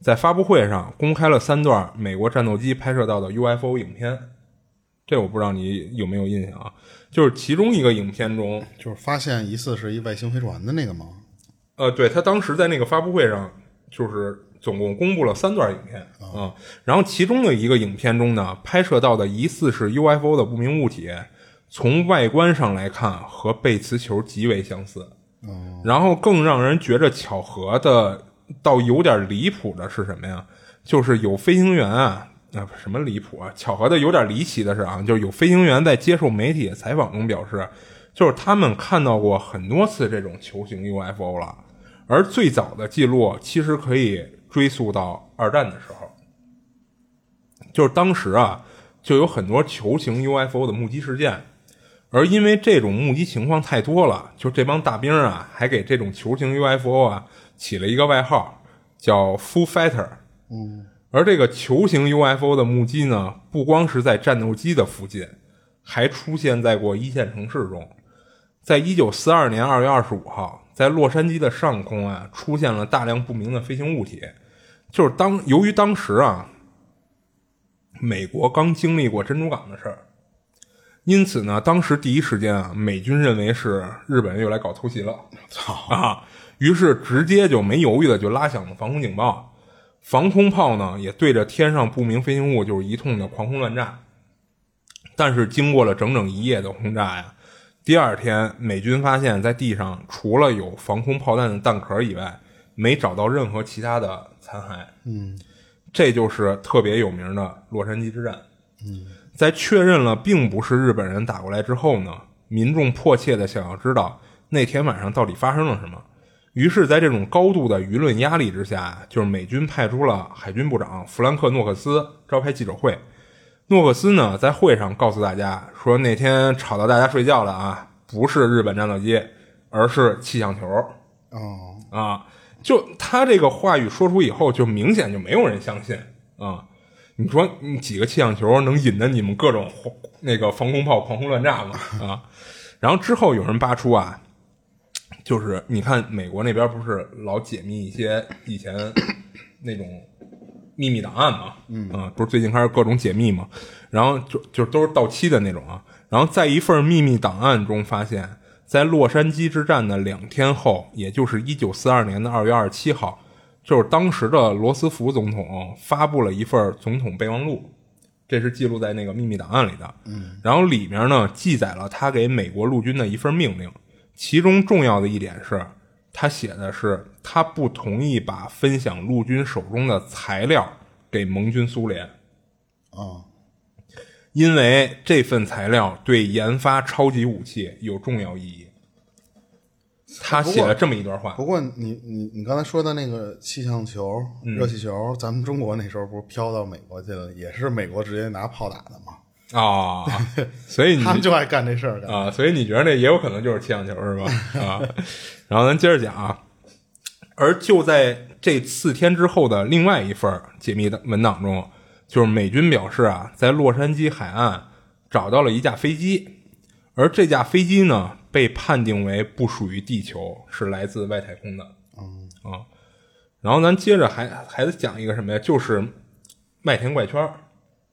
在发布会上公开了三段美国战斗机拍摄到的 UFO 影片，这我不知道你有没有印象啊？就是其中一个影片中，就是发现疑似是一外星飞船的那个吗？呃，对他当时在那个发布会上，就是总共公布了三段影片啊、然后其中的一个影片中呢，拍摄到的疑似是 UFO 的不明物体，从外观上来看和贝茨球极为相似。然后更让人觉着巧合的到有点离谱的是什么呀？就是有飞行员啊，啊什么离谱啊？巧合的有点离奇的是啊，就是有飞行员在接受媒体的采访中表示，就是他们看到过很多次这种球形 UFO 了，而最早的记录其实可以追溯到二战的时候，就是当时啊，就有很多球形 UFO 的目击事件，而因为这种目击情况太多了，就这帮大兵啊，还给这种球形 UFO 啊起了一个外号，叫 “Foo Fighter”。嗯，而这个球形 UFO 的目击呢，不光是在战斗机的附近，还出现在过一线城市中。在一九四二年二月二十五号，在洛杉矶的上空啊，出现了大量不明的飞行物体。就是当由于当时啊，美国刚经历过珍珠港的事儿，因此呢，当时第一时间啊，美军认为是日本人又来搞偷袭了操，啊，于是直接就没犹豫的就拉响了防空警报，防空炮呢也对着天上不明飞行物就是一通的狂轰乱炸。但是经过了整整一夜的轰炸呀，第二天美军发现，在地上除了有防空炮弹的弹壳以外，没找到任何其他的残骸。嗯，这就是特别有名的洛杉矶之战。嗯，在确认了并不是日本人打过来之后呢，民众迫切的想要知道那天晚上到底发生了什么。于是，在这种高度的舆论压力之下，就是美军派出了海军部长弗兰克·诺克斯召开记者会。诺克斯呢，在会上告诉大家说，那天吵到大家睡觉的啊，不是日本战斗机，而是气象球。哦，啊，就他这个话语说出以后，就明显就没有人相信啊。你说你几个气象球能引得你们各种轰那个防空炮狂轰乱炸吗？啊，然后之后有人扒出啊，就是你看美国那边不是老解密一些以前那种秘密档案嘛，嗯啊，不是最近开始各种解密嘛，然后就就都是到期的那种啊，然后在一份秘密档案中发现，在洛杉矶之战的两天后，也就是一九四二年的二月二十七号，就是当时的罗斯福总统发布了一份总统备忘录，这是记录在那个秘密档案里的，嗯，然后里面呢记载了他给美国陆军的一份命令，其中重要的一点是。他写的是他不同意把分享陆军手中的材料给盟军苏联，哦，因为这份材料对研发超级武器有重要意义。他写了这么一段话，不过你你你刚才说的那个气象球、嗯热气球，咱们中国那时候不是飘到美国去了，也是美国直接拿炮打的吗？啊，所以你他们就爱干这事儿，啊，所以你觉得那也有可能就是气象球是吧？啊，然后咱接着讲啊。而就在这四天之后的另外一份解密的文档中，就是美军表示啊，在洛杉矶海岸找到了一架飞机，而这架飞机呢被判定为不属于地球，是来自外太空的。嗯啊，然后咱接着还还得讲一个什么呀？就是麦田怪圈儿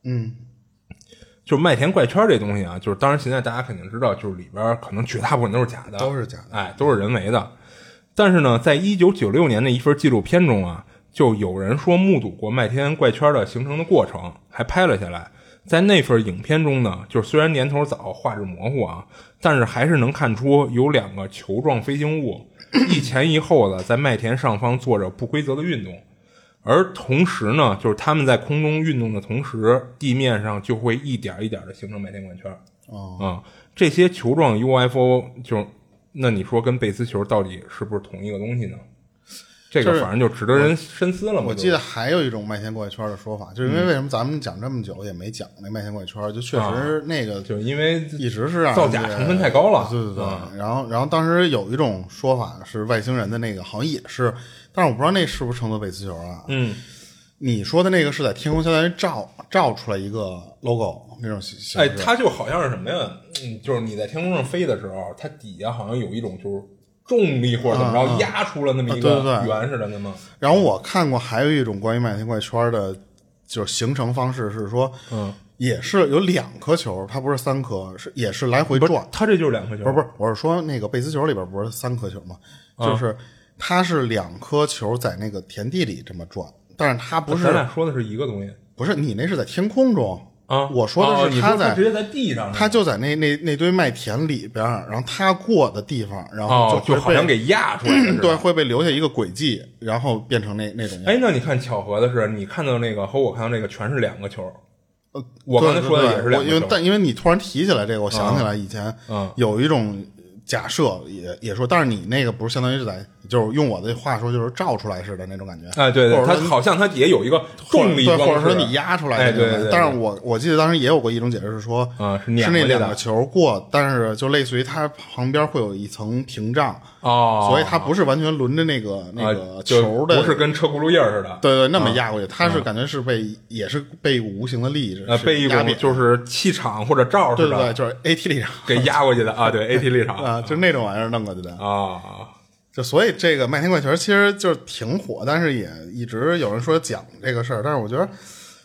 嗯，就是麦田怪圈这东西啊，就是当然现在大家肯定知道，就是里边儿可能绝大部分都是假的，都是假的。哎，都是人为的。但是呢，在一九九六年的一份纪录片中啊，就有人说目睹过麦田怪圈的形成的过程，还拍了下来。在那份影片中呢，就是虽然年头早，画质模糊啊，但是还是能看出有两个球状飞行物一前一后的在麦田上方做着不规则的运动，而同时呢，就是它们在空中运动的同时，地面上就会一点一点的形成麦田怪圈。哦，啊、这些球状 UFO 就那你说跟贝斯球到底是不是同一个东西呢？这就个是反正就值得人深思了嘛。我就记得还有一种麦田怪圈的说法，就是嗯因为为什么咱们讲这么久也没讲那麦田怪圈，就确实那个啊就是因为一直是让造假人觉得成分太高了啊对对对。然后，然后当时有一种说法是外星人的那个，好像也是，但是我不知道那是不是称作贝斯球啊。嗯你说的那个是在天空相当于照照出来一个 logo 那种形式，哎，它就好像是什么呀？嗯，就是你在天空上飞的时候，它底下好像有一种就是重力或者怎么着、嗯嗯压出了那么一啊对对个对圆似的那么。然后我看过还有一种关于麦田怪圈的，就是形成方式是说，嗯，也是有两颗球，它不是三颗，是也是来回转。它这就是两啊颗球，不是不是，我是说那个贝斯球里边不是三颗球吗？就是它是两颗球在那个田地里这么转，但是它不咱是俩说的是一个东西不是你那是在天空中啊。我说哦的你是说它它在直接在地上是吧，它就在那那那堆麦田里边，然后它过的地方，然后哦，就会就好像被给压出来了，是 吧对会被留下一个轨迹，然后变成那那种样子。哎，那你看巧合的是，你看到那个和我看到那个全是两个球。呃，我刚才说的对对也是两我个因为球但因为你突然提起来这个，我想起来以前嗯有一种假设也也说，但是你那个不是相当于是在就是用我的话说就是照出来似的那种感觉，哎，对对，或者它说你好像它也有一个或者重力对，装或置，者说你压出来哎，的那种对感觉。对对，但是我我记得当时也有过一种解释是说，啊是是碾那过去的两个球过，但是就类似于它旁边会有一层屏障，哦，所以它不是完全轮着那个那啊个就球的，不是跟车啊轱辘印儿似的，对对那么压过去，它是感觉是被也是被无形的力呃，是被一压种扁就是气场或者罩对似对对，的就是 AT 力量。给压过去的啊， 对 AT 立场啊，就那种玩意儿弄过去的，啊，就所以这个麦田怪圈其实就是挺火，但是也一直有人说讲这个事儿，但是我觉得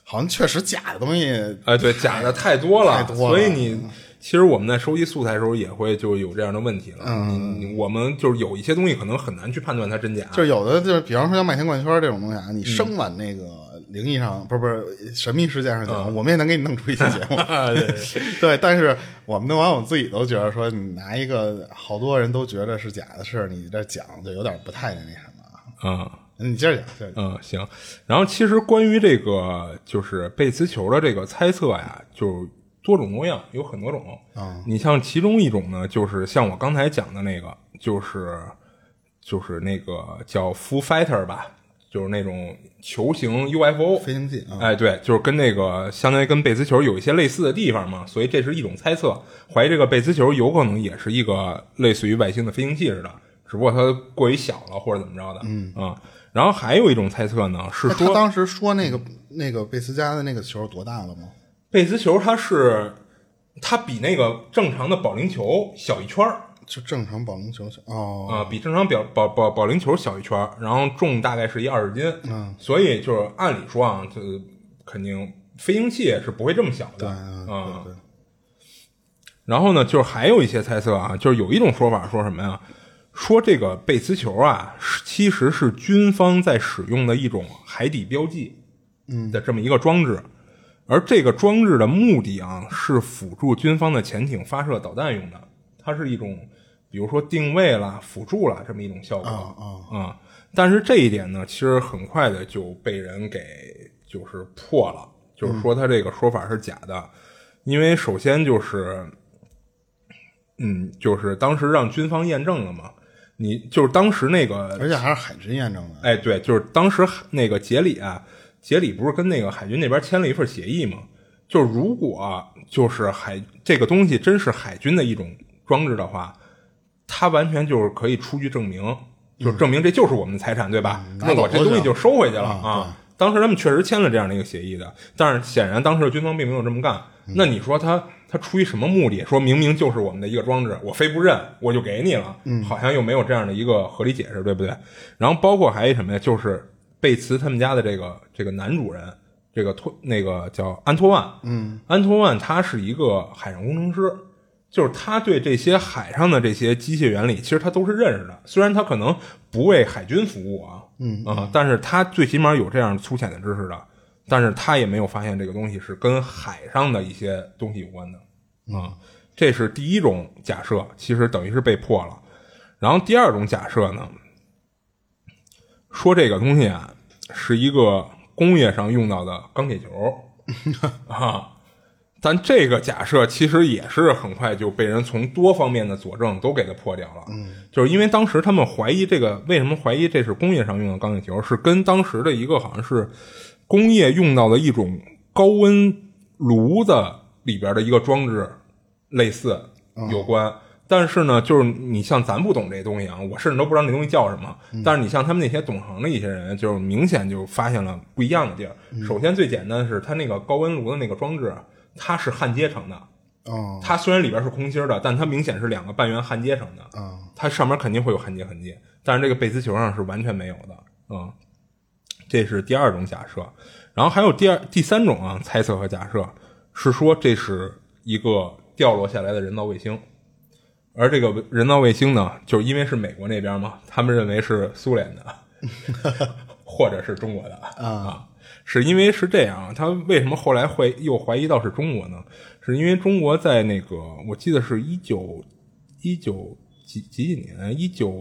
好像确实假的东西，哎，对，假的太多太了，多了所以你其实我们在收集素材的时候也会就有这样的问题了，嗯，你我们就是有一些东西可能很难去判断它真假，啊就是有的就是比方说像麦田怪圈这种东西啊，你生往那个灵异上，不是不是神秘事件上讲，我们也能给你弄出一期节目。啊对，但是我们弄完，我自己都觉得说，你拿一个好多人都觉得是假的事儿，你这讲就有点不太那什么啊。 嗯。你接着讲，接着讲。嗯，行。然后其实关于这个就是贝兹球的这个猜测呀，就是多种多样，有很多种。嗯你像其中一种呢，就是像我刚才讲的那个，就是就是那个叫 Foo Fighter 吧，就是那种球形 UFO 飞行器啊，哎，对，就是跟那个相当于跟贝兹球有一些类似的地方嘛，所以这是一种猜测，怀疑这个贝兹球有可能也是一个类似于外星的飞行器似的，只不过它过于小了或者怎么着的，嗯啊、然后还有一种猜测呢，是那他说当时说那个那个贝斯加的那个球有多大了吗？贝兹球它是它比那个正常的保龄球小一圈儿就正常保龄球哦，啊、比正常表保保保龄球小一圈儿，然后重大概是一二十斤，嗯，所以就是按理说啊，这肯定飞行器是不会这么小的，嗯，啊、对对，然后呢，就是还有一些猜测啊，就是有一种说法说什么呀？说这个贝兹球啊，是其实是军方在使用的一种海底标记，嗯的这么一个装置，而这个装置的目的啊，是辅助军方的潜艇发射导弹用的，它是一种比如说定位啦、辅助啦这么一种效果啊啊，啊、但是这一点呢，其实很快的就被人给就是破了，就是说他这个说法是假的，因为首先就是，嗯，就是当时让军方验证了嘛，你就是当时那个而且还是海军验证的。哎，对，就是当时海那个杰里啊，杰里不是跟那个海军那边签了一份协议吗？就是如果啊就是海这个东西真是海军的一种装置的话，它完全就是可以出具证明，就是证明这就是我们的财产，对吧？拿那走我这东西就就收回去了啊啊。当时他们确实签了这样的一个协议的，但是显然当时的军方并没有这么干。那你说他他出于什么目的？说明明就是我们的一个装置，我非不认，我就给你了，好像又没有这样的一个合理解释，对不对？然后包括还有一什么呀？就是贝茨他们家的这个这个男主人，这个托那个叫安托万，嗯，安托万他是一个海上工程师，就是他对这些海上的这些机械原理，其实他都是认识的。虽然他可能不为海军服务啊，嗯啊、但是他最起码有这样粗浅的知识的。但是他也没有发现这个东西是跟海上的一些东西有关的啊、这是第一种假设，其实等于是被破了。然后第二种假设呢，说这个东西啊是一个工业上用到的钢铁球啊，但这个假设其实也是很快就被人从多方面的佐证都给它破掉了。嗯，就是因为当时他们怀疑这个，为什么怀疑这是工业上用的钢铁球，是跟当时的一个好像是工业用到的一种高温炉子里边的一个装置类似有关。但是呢，就是你像咱不懂这东西啊，我甚至都不知道那东西叫什么。但是你像他们那些懂行的一些人，就是明显就发现了不一样的地儿。首先最简单的是，它那个高温炉的那个装置，啊它是焊接成的。哦它虽然里边是空心儿的，但它明显是两个半圆焊接成的。啊，它上面肯定会有焊接痕迹，但是这个贝斯球上是完全没有的嗯，这是第二种假设，然后还有第二、第三种啊猜测和假设是说这是一个掉落下来的人造卫星，而这个人造卫星呢，就是因为是美国那边嘛，他们认为是苏联的， 或者是中国的啊。是因为是这样啊，他为什么后来会又怀疑到是中国呢？是因为中国在那个，我记得是一九一九几几几年，一九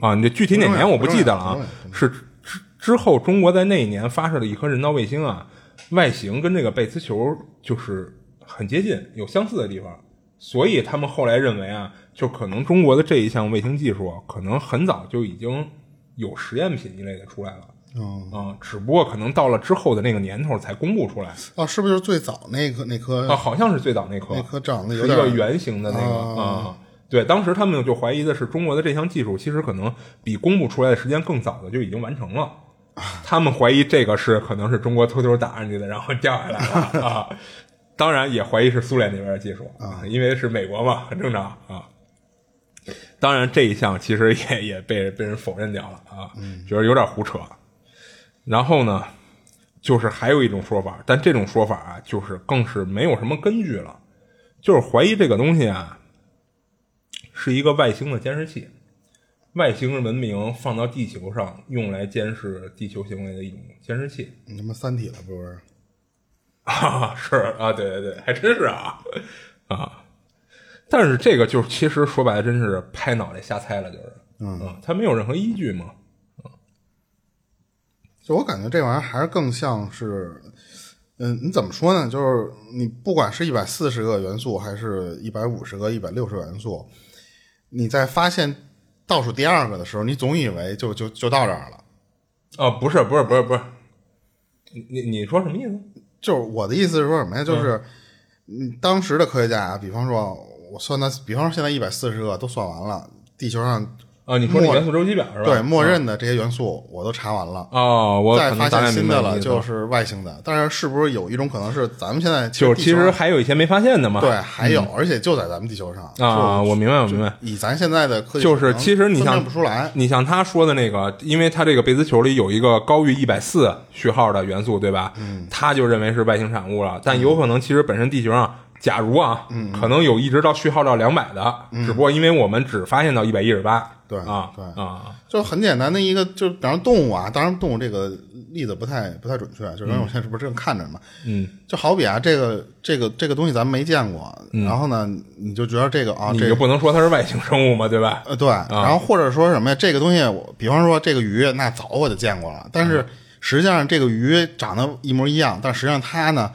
啊，你这具体哪年我不记得了不重啊要。是之之后，中国在那一年发射了一颗人造卫星啊，外形跟这个贝兹球就是很接近，有相似的地方，所以他们后来认为啊，就可能中国的这一项卫星技术啊可能很早就已经有实验品一类的出来了。哦啊，只不过可能到了之后的那个年头才公布出来哦，是不是就是最早那颗那颗啊，好像是最早那颗那颗长得是有一个点圆形的那个啊。对，当时他们就怀疑的是中国的这项技术其实可能比公布出来的时间更早的就已经完 成了，他们怀疑这个是可能是中国偷偷打上去的，然后掉下来了 啊。当然也怀疑是苏联那边的技术啊，因为是美国嘛，很正常啊。当然这一项其实也也被被人否认掉了啊，嗯觉得有点胡扯。然后呢，就是还有一种说法，但这种说法啊，就是更是没有什么根据了，就是怀疑这个东西啊，是一个外星的监视器，外星文明放到地球上用来监视地球行为的一种监视器。 你他妈三体了不是？啊，是啊，对对对，还真是啊啊！但是这个就是，其实说白了，真是拍脑袋瞎猜了，就是，嗯，他没有任何依据嘛，就我感觉这玩意儿还是更像是，嗯，你怎么说呢？就是你不管是一百四十个元素，还是一百五十个、一百六十元素，你在发现倒数第二个的时候，你总以为就就就到这儿了。啊，不是，不是，不是，不是，你你你说什么意思？就是我的意思是说什么呀？就是，嗯，当时的科学家啊，比方说，我算到，比方说现在一百四十个都算完了，地球上啊，你说那默元素周期表是吧？对默认的这些元素我都查完了。哦，我再可发能大概现新明白的你了，意思就是外星的。但是是不是有一种可能是咱们现在就是地其球实还有一些没发现的嘛，对，还有，而且就在咱们地球上啊，，我明白，我明白。就以咱现在的科技，就是其实你像像不出来，你像他说的那个，因为他这个贝兹球里有一个高于一百四序号的元素，对吧？嗯，他就认为是外星产物了，嗯但有可能其实本身地球上，假如啊，嗯，可能有一直到序号到两百的，只不过因为我们只发现到一百一十八，嗯对啊，对啊，就很简单的一个，就比方说动物啊，当然动物这个例子不太不太准确，就是因为我现在这不是正看着呢嘛，嗯，就好比啊，这个这个这个东西咱们没见过，然后呢，你就觉得这个啊，嗯你这就不能啊说它是外星生物嘛，对吧？呃，对，然后或者说什么呀？这个东西，我比方说这个鱼，那早我就见过了，但嗯是实际上这个鱼长得一模一样，但实际上它呢，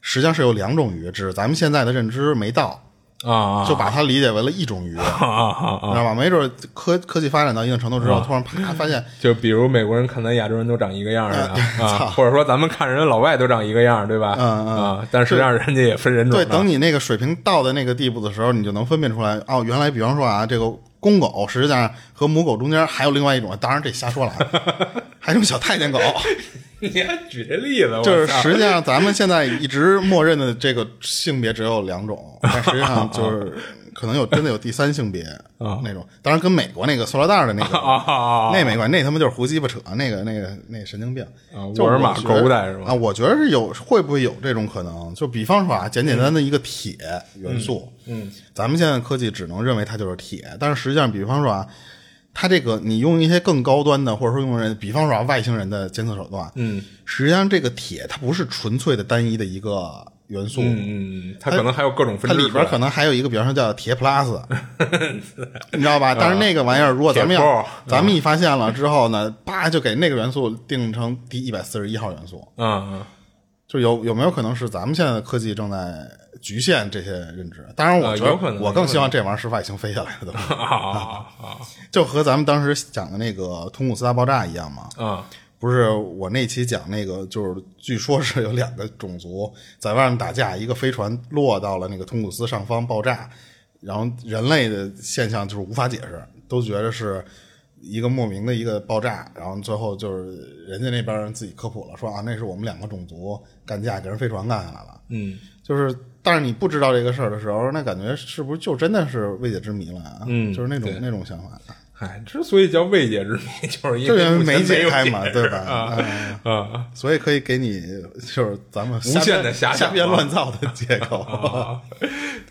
实际上是有两种鱼，只是咱们现在的认知没到。啊啊，就把它理解为了一种愉悦，啊啊啊知啊，道吧？没准科科技发展到一定程度之后，突然啪发现，就比如美国人看咱亚洲人都长一个样儿的操啊，或者说咱们看人家老外都长一个样儿，对吧？嗯嗯啊，但实际上人家也分人种对，的。等你那个水平到的那个地步的时候，你就能分辨出来，哦，原来比方说啊，这个公狗实际上和母狗中间还有另外一种，当然这瞎说了， 啊，还有一种小太监狗，你还举这例子，我就是操实际上咱们现在一直默认的这个性别只有两 种，但实际上 就是可能有真的有第三性别那种，当然跟美国那个塑料袋的那 个啊啊啊，那没关系，那他妈就是胡鸡巴扯，那个那个那神经病啊就沃尔玛我觉狗仔是吧啊，我觉得是有，会不会有这种可能？就比方说啊，简简单单的一个铁元素，嗯，咱们现在科技只能认为它就是铁，但是实际上，比方说啊，它这个你用一些更高端的，或者说用人，比方说啊，外星人的监测手段，嗯，实际上这个铁它不是纯粹的单一的一个元素，嗯嗯嗯，它可能还有各种分它支出来，里边可能还有一个，比方说叫铁 plus，你知道吧？但是那个玩意儿，如果咱们啊铁要扣咱们一发现了之后呢，叭就给那个元素定成第一百四十一号元素，嗯嗯，就有有没有可能是咱们现在的科技正在局限这些认知？当然，我呃觉得、有可能我更希望这玩意儿是外星飞下来的 东西，啊啊啊就和咱们当时讲的那个通古斯大爆炸一样嘛。啊啊！不是我那期讲那个，就是据说是有两个种族在外面打架，一个飞船落到了那个通古斯上方爆炸，然后人类的现象就是无法解释，都觉得是一个莫名的一个爆炸，然后最后就是人家那边人自己科普了，说啊那是我们两个种族干架给人飞船干下来了，嗯就是但是你不知道这个事儿的时候，那感觉是不是就真的是未解之谜了啊？嗯就是那种对那种想法，哎，之所以叫未解之谜， 就是因就为因为目前没没解有开嘛，解对释吧？啊嗯啊所以可以给你就是咱们无限的遐想啊瞎编嘛乱造的借 口， 啊！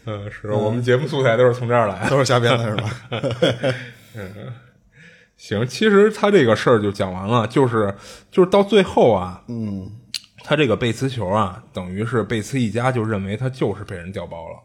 嗯，是我们节目素材都是从这儿来的。都是瞎编的是吧？ 行，其实他这个事儿就讲完了，就是就是到最后啊，嗯，他这个贝茨球啊，等于是贝茨一家就认为他就是被人调包了。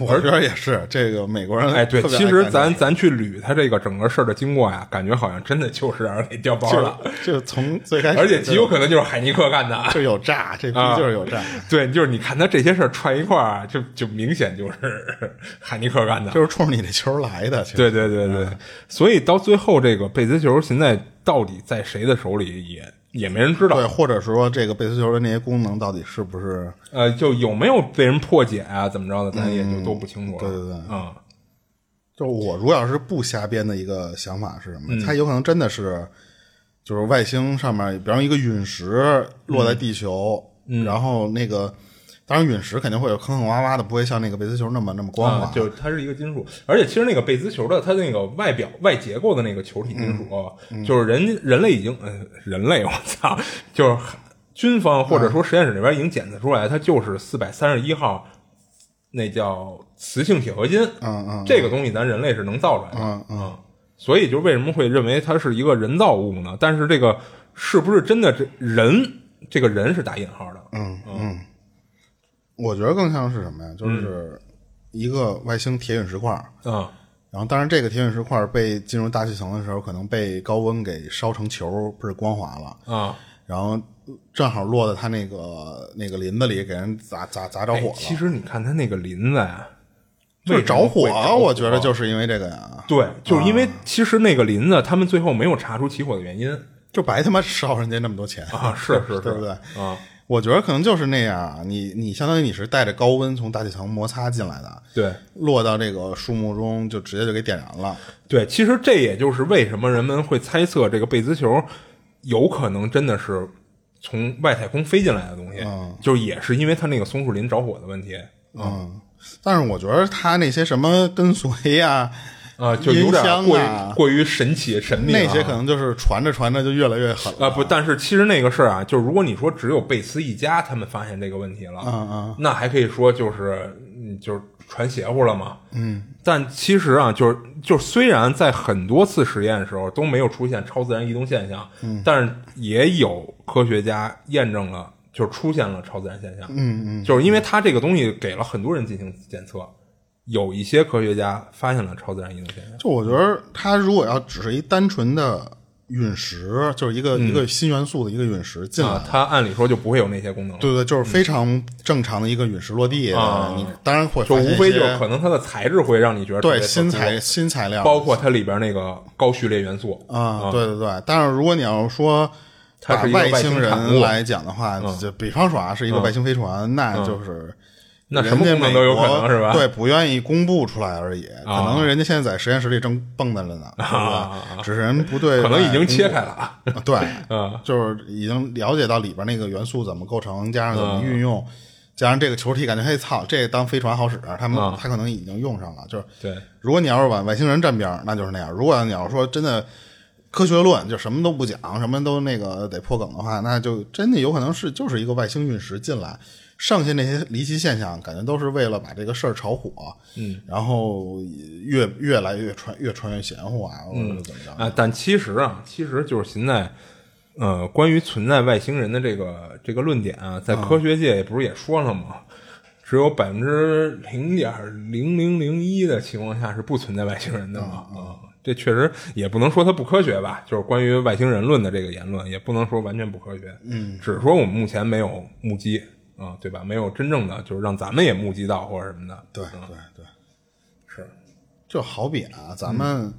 我觉得也是，这个美国人 哎，对，特别爱其实干这咱个咱去捋他这个整个事儿的经过呀，感觉好像真的就是让人给调包了，就就从最开始，而且极有可能就是海尼克干的啊。 就有诈，这逼啊就是有诈，对，就是你看他这些事儿串一块儿啊，就就明显就是 海尼克干的。就是嗯冲着你这球来的。其实对对对对，所以到最后这个贝兹球现在到底在谁的手里也也没人知道对，。或者说这个贝斯球的那些功能到底是不是？呃，就有没有被人破解啊，怎么着的，咱也就都不清楚了。对对对嗯，就我如果要是不瞎编的一个想法是什么？它有可能真的是，就是外星上面，比方一个陨石落在地球，然后那个，当然陨石肯定会有坑坑洼洼的，不会像那个贝斯球那么那么光滑。啊，就是它是一个金属，而且其实那个贝兹球的它那个外表外结构的那个球体金属嗯啊，就是人人类已经，呃，人类我操，就是军方或者嗯说实验室那边已经检测出来，它就是四百三十一号那叫磁性铁合金，嗯嗯这个东西咱人类是能造出来的，啊嗯嗯所以就为什么会认为它是一个人造物呢？但是这个是不是真的这人这个人是打引号的？嗯嗯，我觉得更像是什么呀？就是一个外星铁陨石块儿，嗯然后当然这个铁陨石块儿被进入大气层的时候，可能被高温给烧成球，不是光滑了。啊，然后正好落在他那个那个林子里，给人砸砸砸着火哎其了。实你看它那个林子呀，就是着火为什么会啊，着我觉得就是啊因为这个呀，对，就是因为其实那个林子他们最后没有查出起火的原因就白他妈烧人家那么多钱啊， 是是是，对不对？啊，我觉得可能就是那样，啊你你相当于你是带着高温从大气层摩擦进来的，对落到这个树木中就直接就给点燃了。对，其实这也就是为什么人们会猜测这个贝兹球有可能真的是从外太空飞进来的东西，嗯就是也是因为它那个松树林着火的问题。嗯，但是我觉得他那些什么跟随呀、啊，就有点音箱过于、啊过于神奇神秘、啊、那些可能就是传着传着就越来越狠了。啊，不，但是其实那个事儿啊，就是如果你说只有贝斯一家他们发现这个问题了，嗯嗯那还可以说就是嗯就是传邪乎了嘛，嗯。但其实啊，就是就是虽然在很多次实验的时候都没有出现超自然移动现象，嗯，但是也有科学家验证了，就是出现了超自然现象，嗯嗯，就是因为它这个东西给了很多人进行检测，有一嗯些科学家发现了超自然移动现象，就我觉得他如果要只是一单纯的陨石，就是一个、一个新元素的一个陨石进来嗯啊，它按理说就不会有那些功能了，对对，就是非常正常的一个陨石落地，啊你当然会就发现一无非就些可能它的材质会让你觉得特对别新特殊材新材料，包括它里边那个高序列元素啊、对对对。但是如果你要说它把是一个外外星星产物嗯人来讲的话，就比方说啊，是一个外星飞船，那就是那什么人家功能都有可美国能是吧啊对，不愿意公布出来而已，可能人家现在在实验室里正蹦跶着 呢，是吧？只是人不对，可能已经切开了啊。啊对，就是已经了解到里边那个元素怎么构成，加上怎么运用，加上这个球体，感觉嘿操，这当飞船好使，他们、他可能已经用上了。就是对，如果你要是往外星人站边儿，那就是那样；如果你要说真的科学论，就什么都不讲，什么都那个得破梗的话，那就真的有可能是就是一个外星陨石进来。剩下那些离奇现象，感觉都是为了把这个事儿炒火，嗯，然后越越来越传越传越玄乎啊，或者是怎么着？啊，但其实啊，其实就是现在，呃，关于存在外星人的这个这个论点啊，在科学界也不是也说了吗？只有百分之零点零零零一的情况下是不存在外星人的嘛？啊、这确实也不能说它不科学吧，就是关于外星人论的这个言论，也不能说完全不科学。嗯，只是说我们目前没有目击啊、对吧？没有真正的就是让咱们也目击到或者什么的。嗯对对对，是，就好比啊，咱们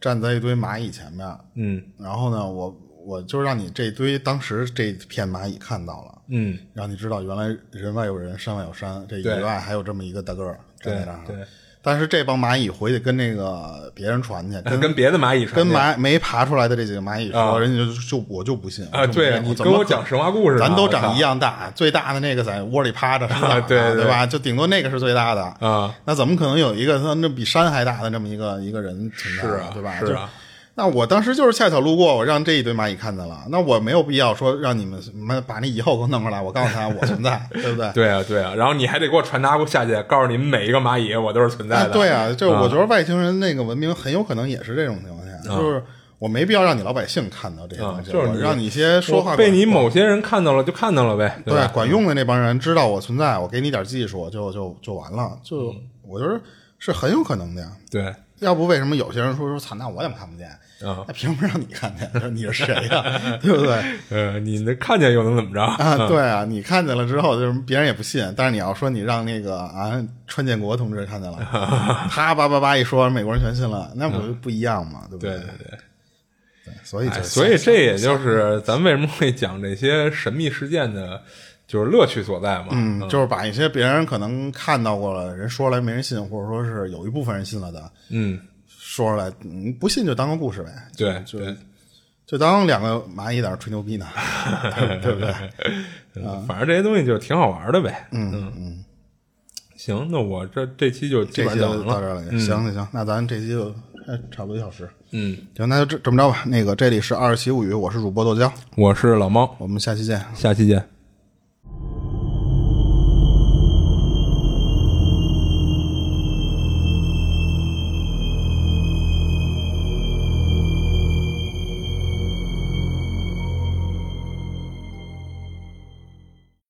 站在一堆蚂蚁前面，嗯然后呢，我我就让你这堆当时这片蚂蚁看到了，嗯，让你知道原来人外有人，山外有山，这对野外还有这么一个大个儿站对在那儿。对，但是这帮蚂蚁回去跟那个别人传 去，跟跟别的蚂蚁跟传去蚂没爬出来的这几个蚂蚁说，啊人家就就我就不信啊，对你跟我讲神话故事呢，咱都我靠啊长一样大，最大的那个在窝里趴着，是吧？对对对吧？就顶多那个是最大的啊。那怎么可能有一个他那比山还大的这么一个一个人存在呢？是啊对吧？是啊就。那我当时就是恰巧路过，我让这一堆蚂蚁看见了，那我没有必要说让你们什么把那蚁后给我弄出来，我告诉他我存在，对不对？ 对啊，对啊，然后你还得给我传达下去，告诉你们每一个蚂蚁我都是存在哎的。对啊，就是我觉得外星人那个文明很有可能也是这种情况下，就是我没必要让你老百姓看到这些东西，啊就是我你让你一些说话我被管你某些人看到了就看到了呗，对吧？管用的那帮人知道我存在，我给你点技术就就就完了，就、嗯我觉得是很有可能的呀。对，要不为什么有些人说说操，那我怎么看不见？啊那凭什么让你看见？说你是谁呀、 对不对？ 呃，你能看见又能怎么着？啊，对啊，你看见了之后，就是别人也不信。但是你要说你让那个啊川建国同志看 见了，他叭叭叭一说，美国人全信了，那不不一样嘛，对不嗯对对对对，对所以就哎，是所以这也就是咱为什么会讲这些神秘事件的，就是乐趣所在嘛。嗯，就是把一些别人可能看到过了，人说出来没人信，或者说是有一部分人信了的，嗯，说出来，嗯，不信就当个故事呗，就对就对就当两个蚂蚁在那儿吹牛 逼呢，对不对？啊嗯反正这些东西就是挺好玩的呗。嗯嗯。行，那我这这期就这基本期上就讲到完这儿了。了，行嗯行行，那咱这期就哎差不多一小时，嗯，行，那就这这么着吧。那个这里是《二十七物语》，我是主播豆椒，我是老猫，我们下期见。下期见。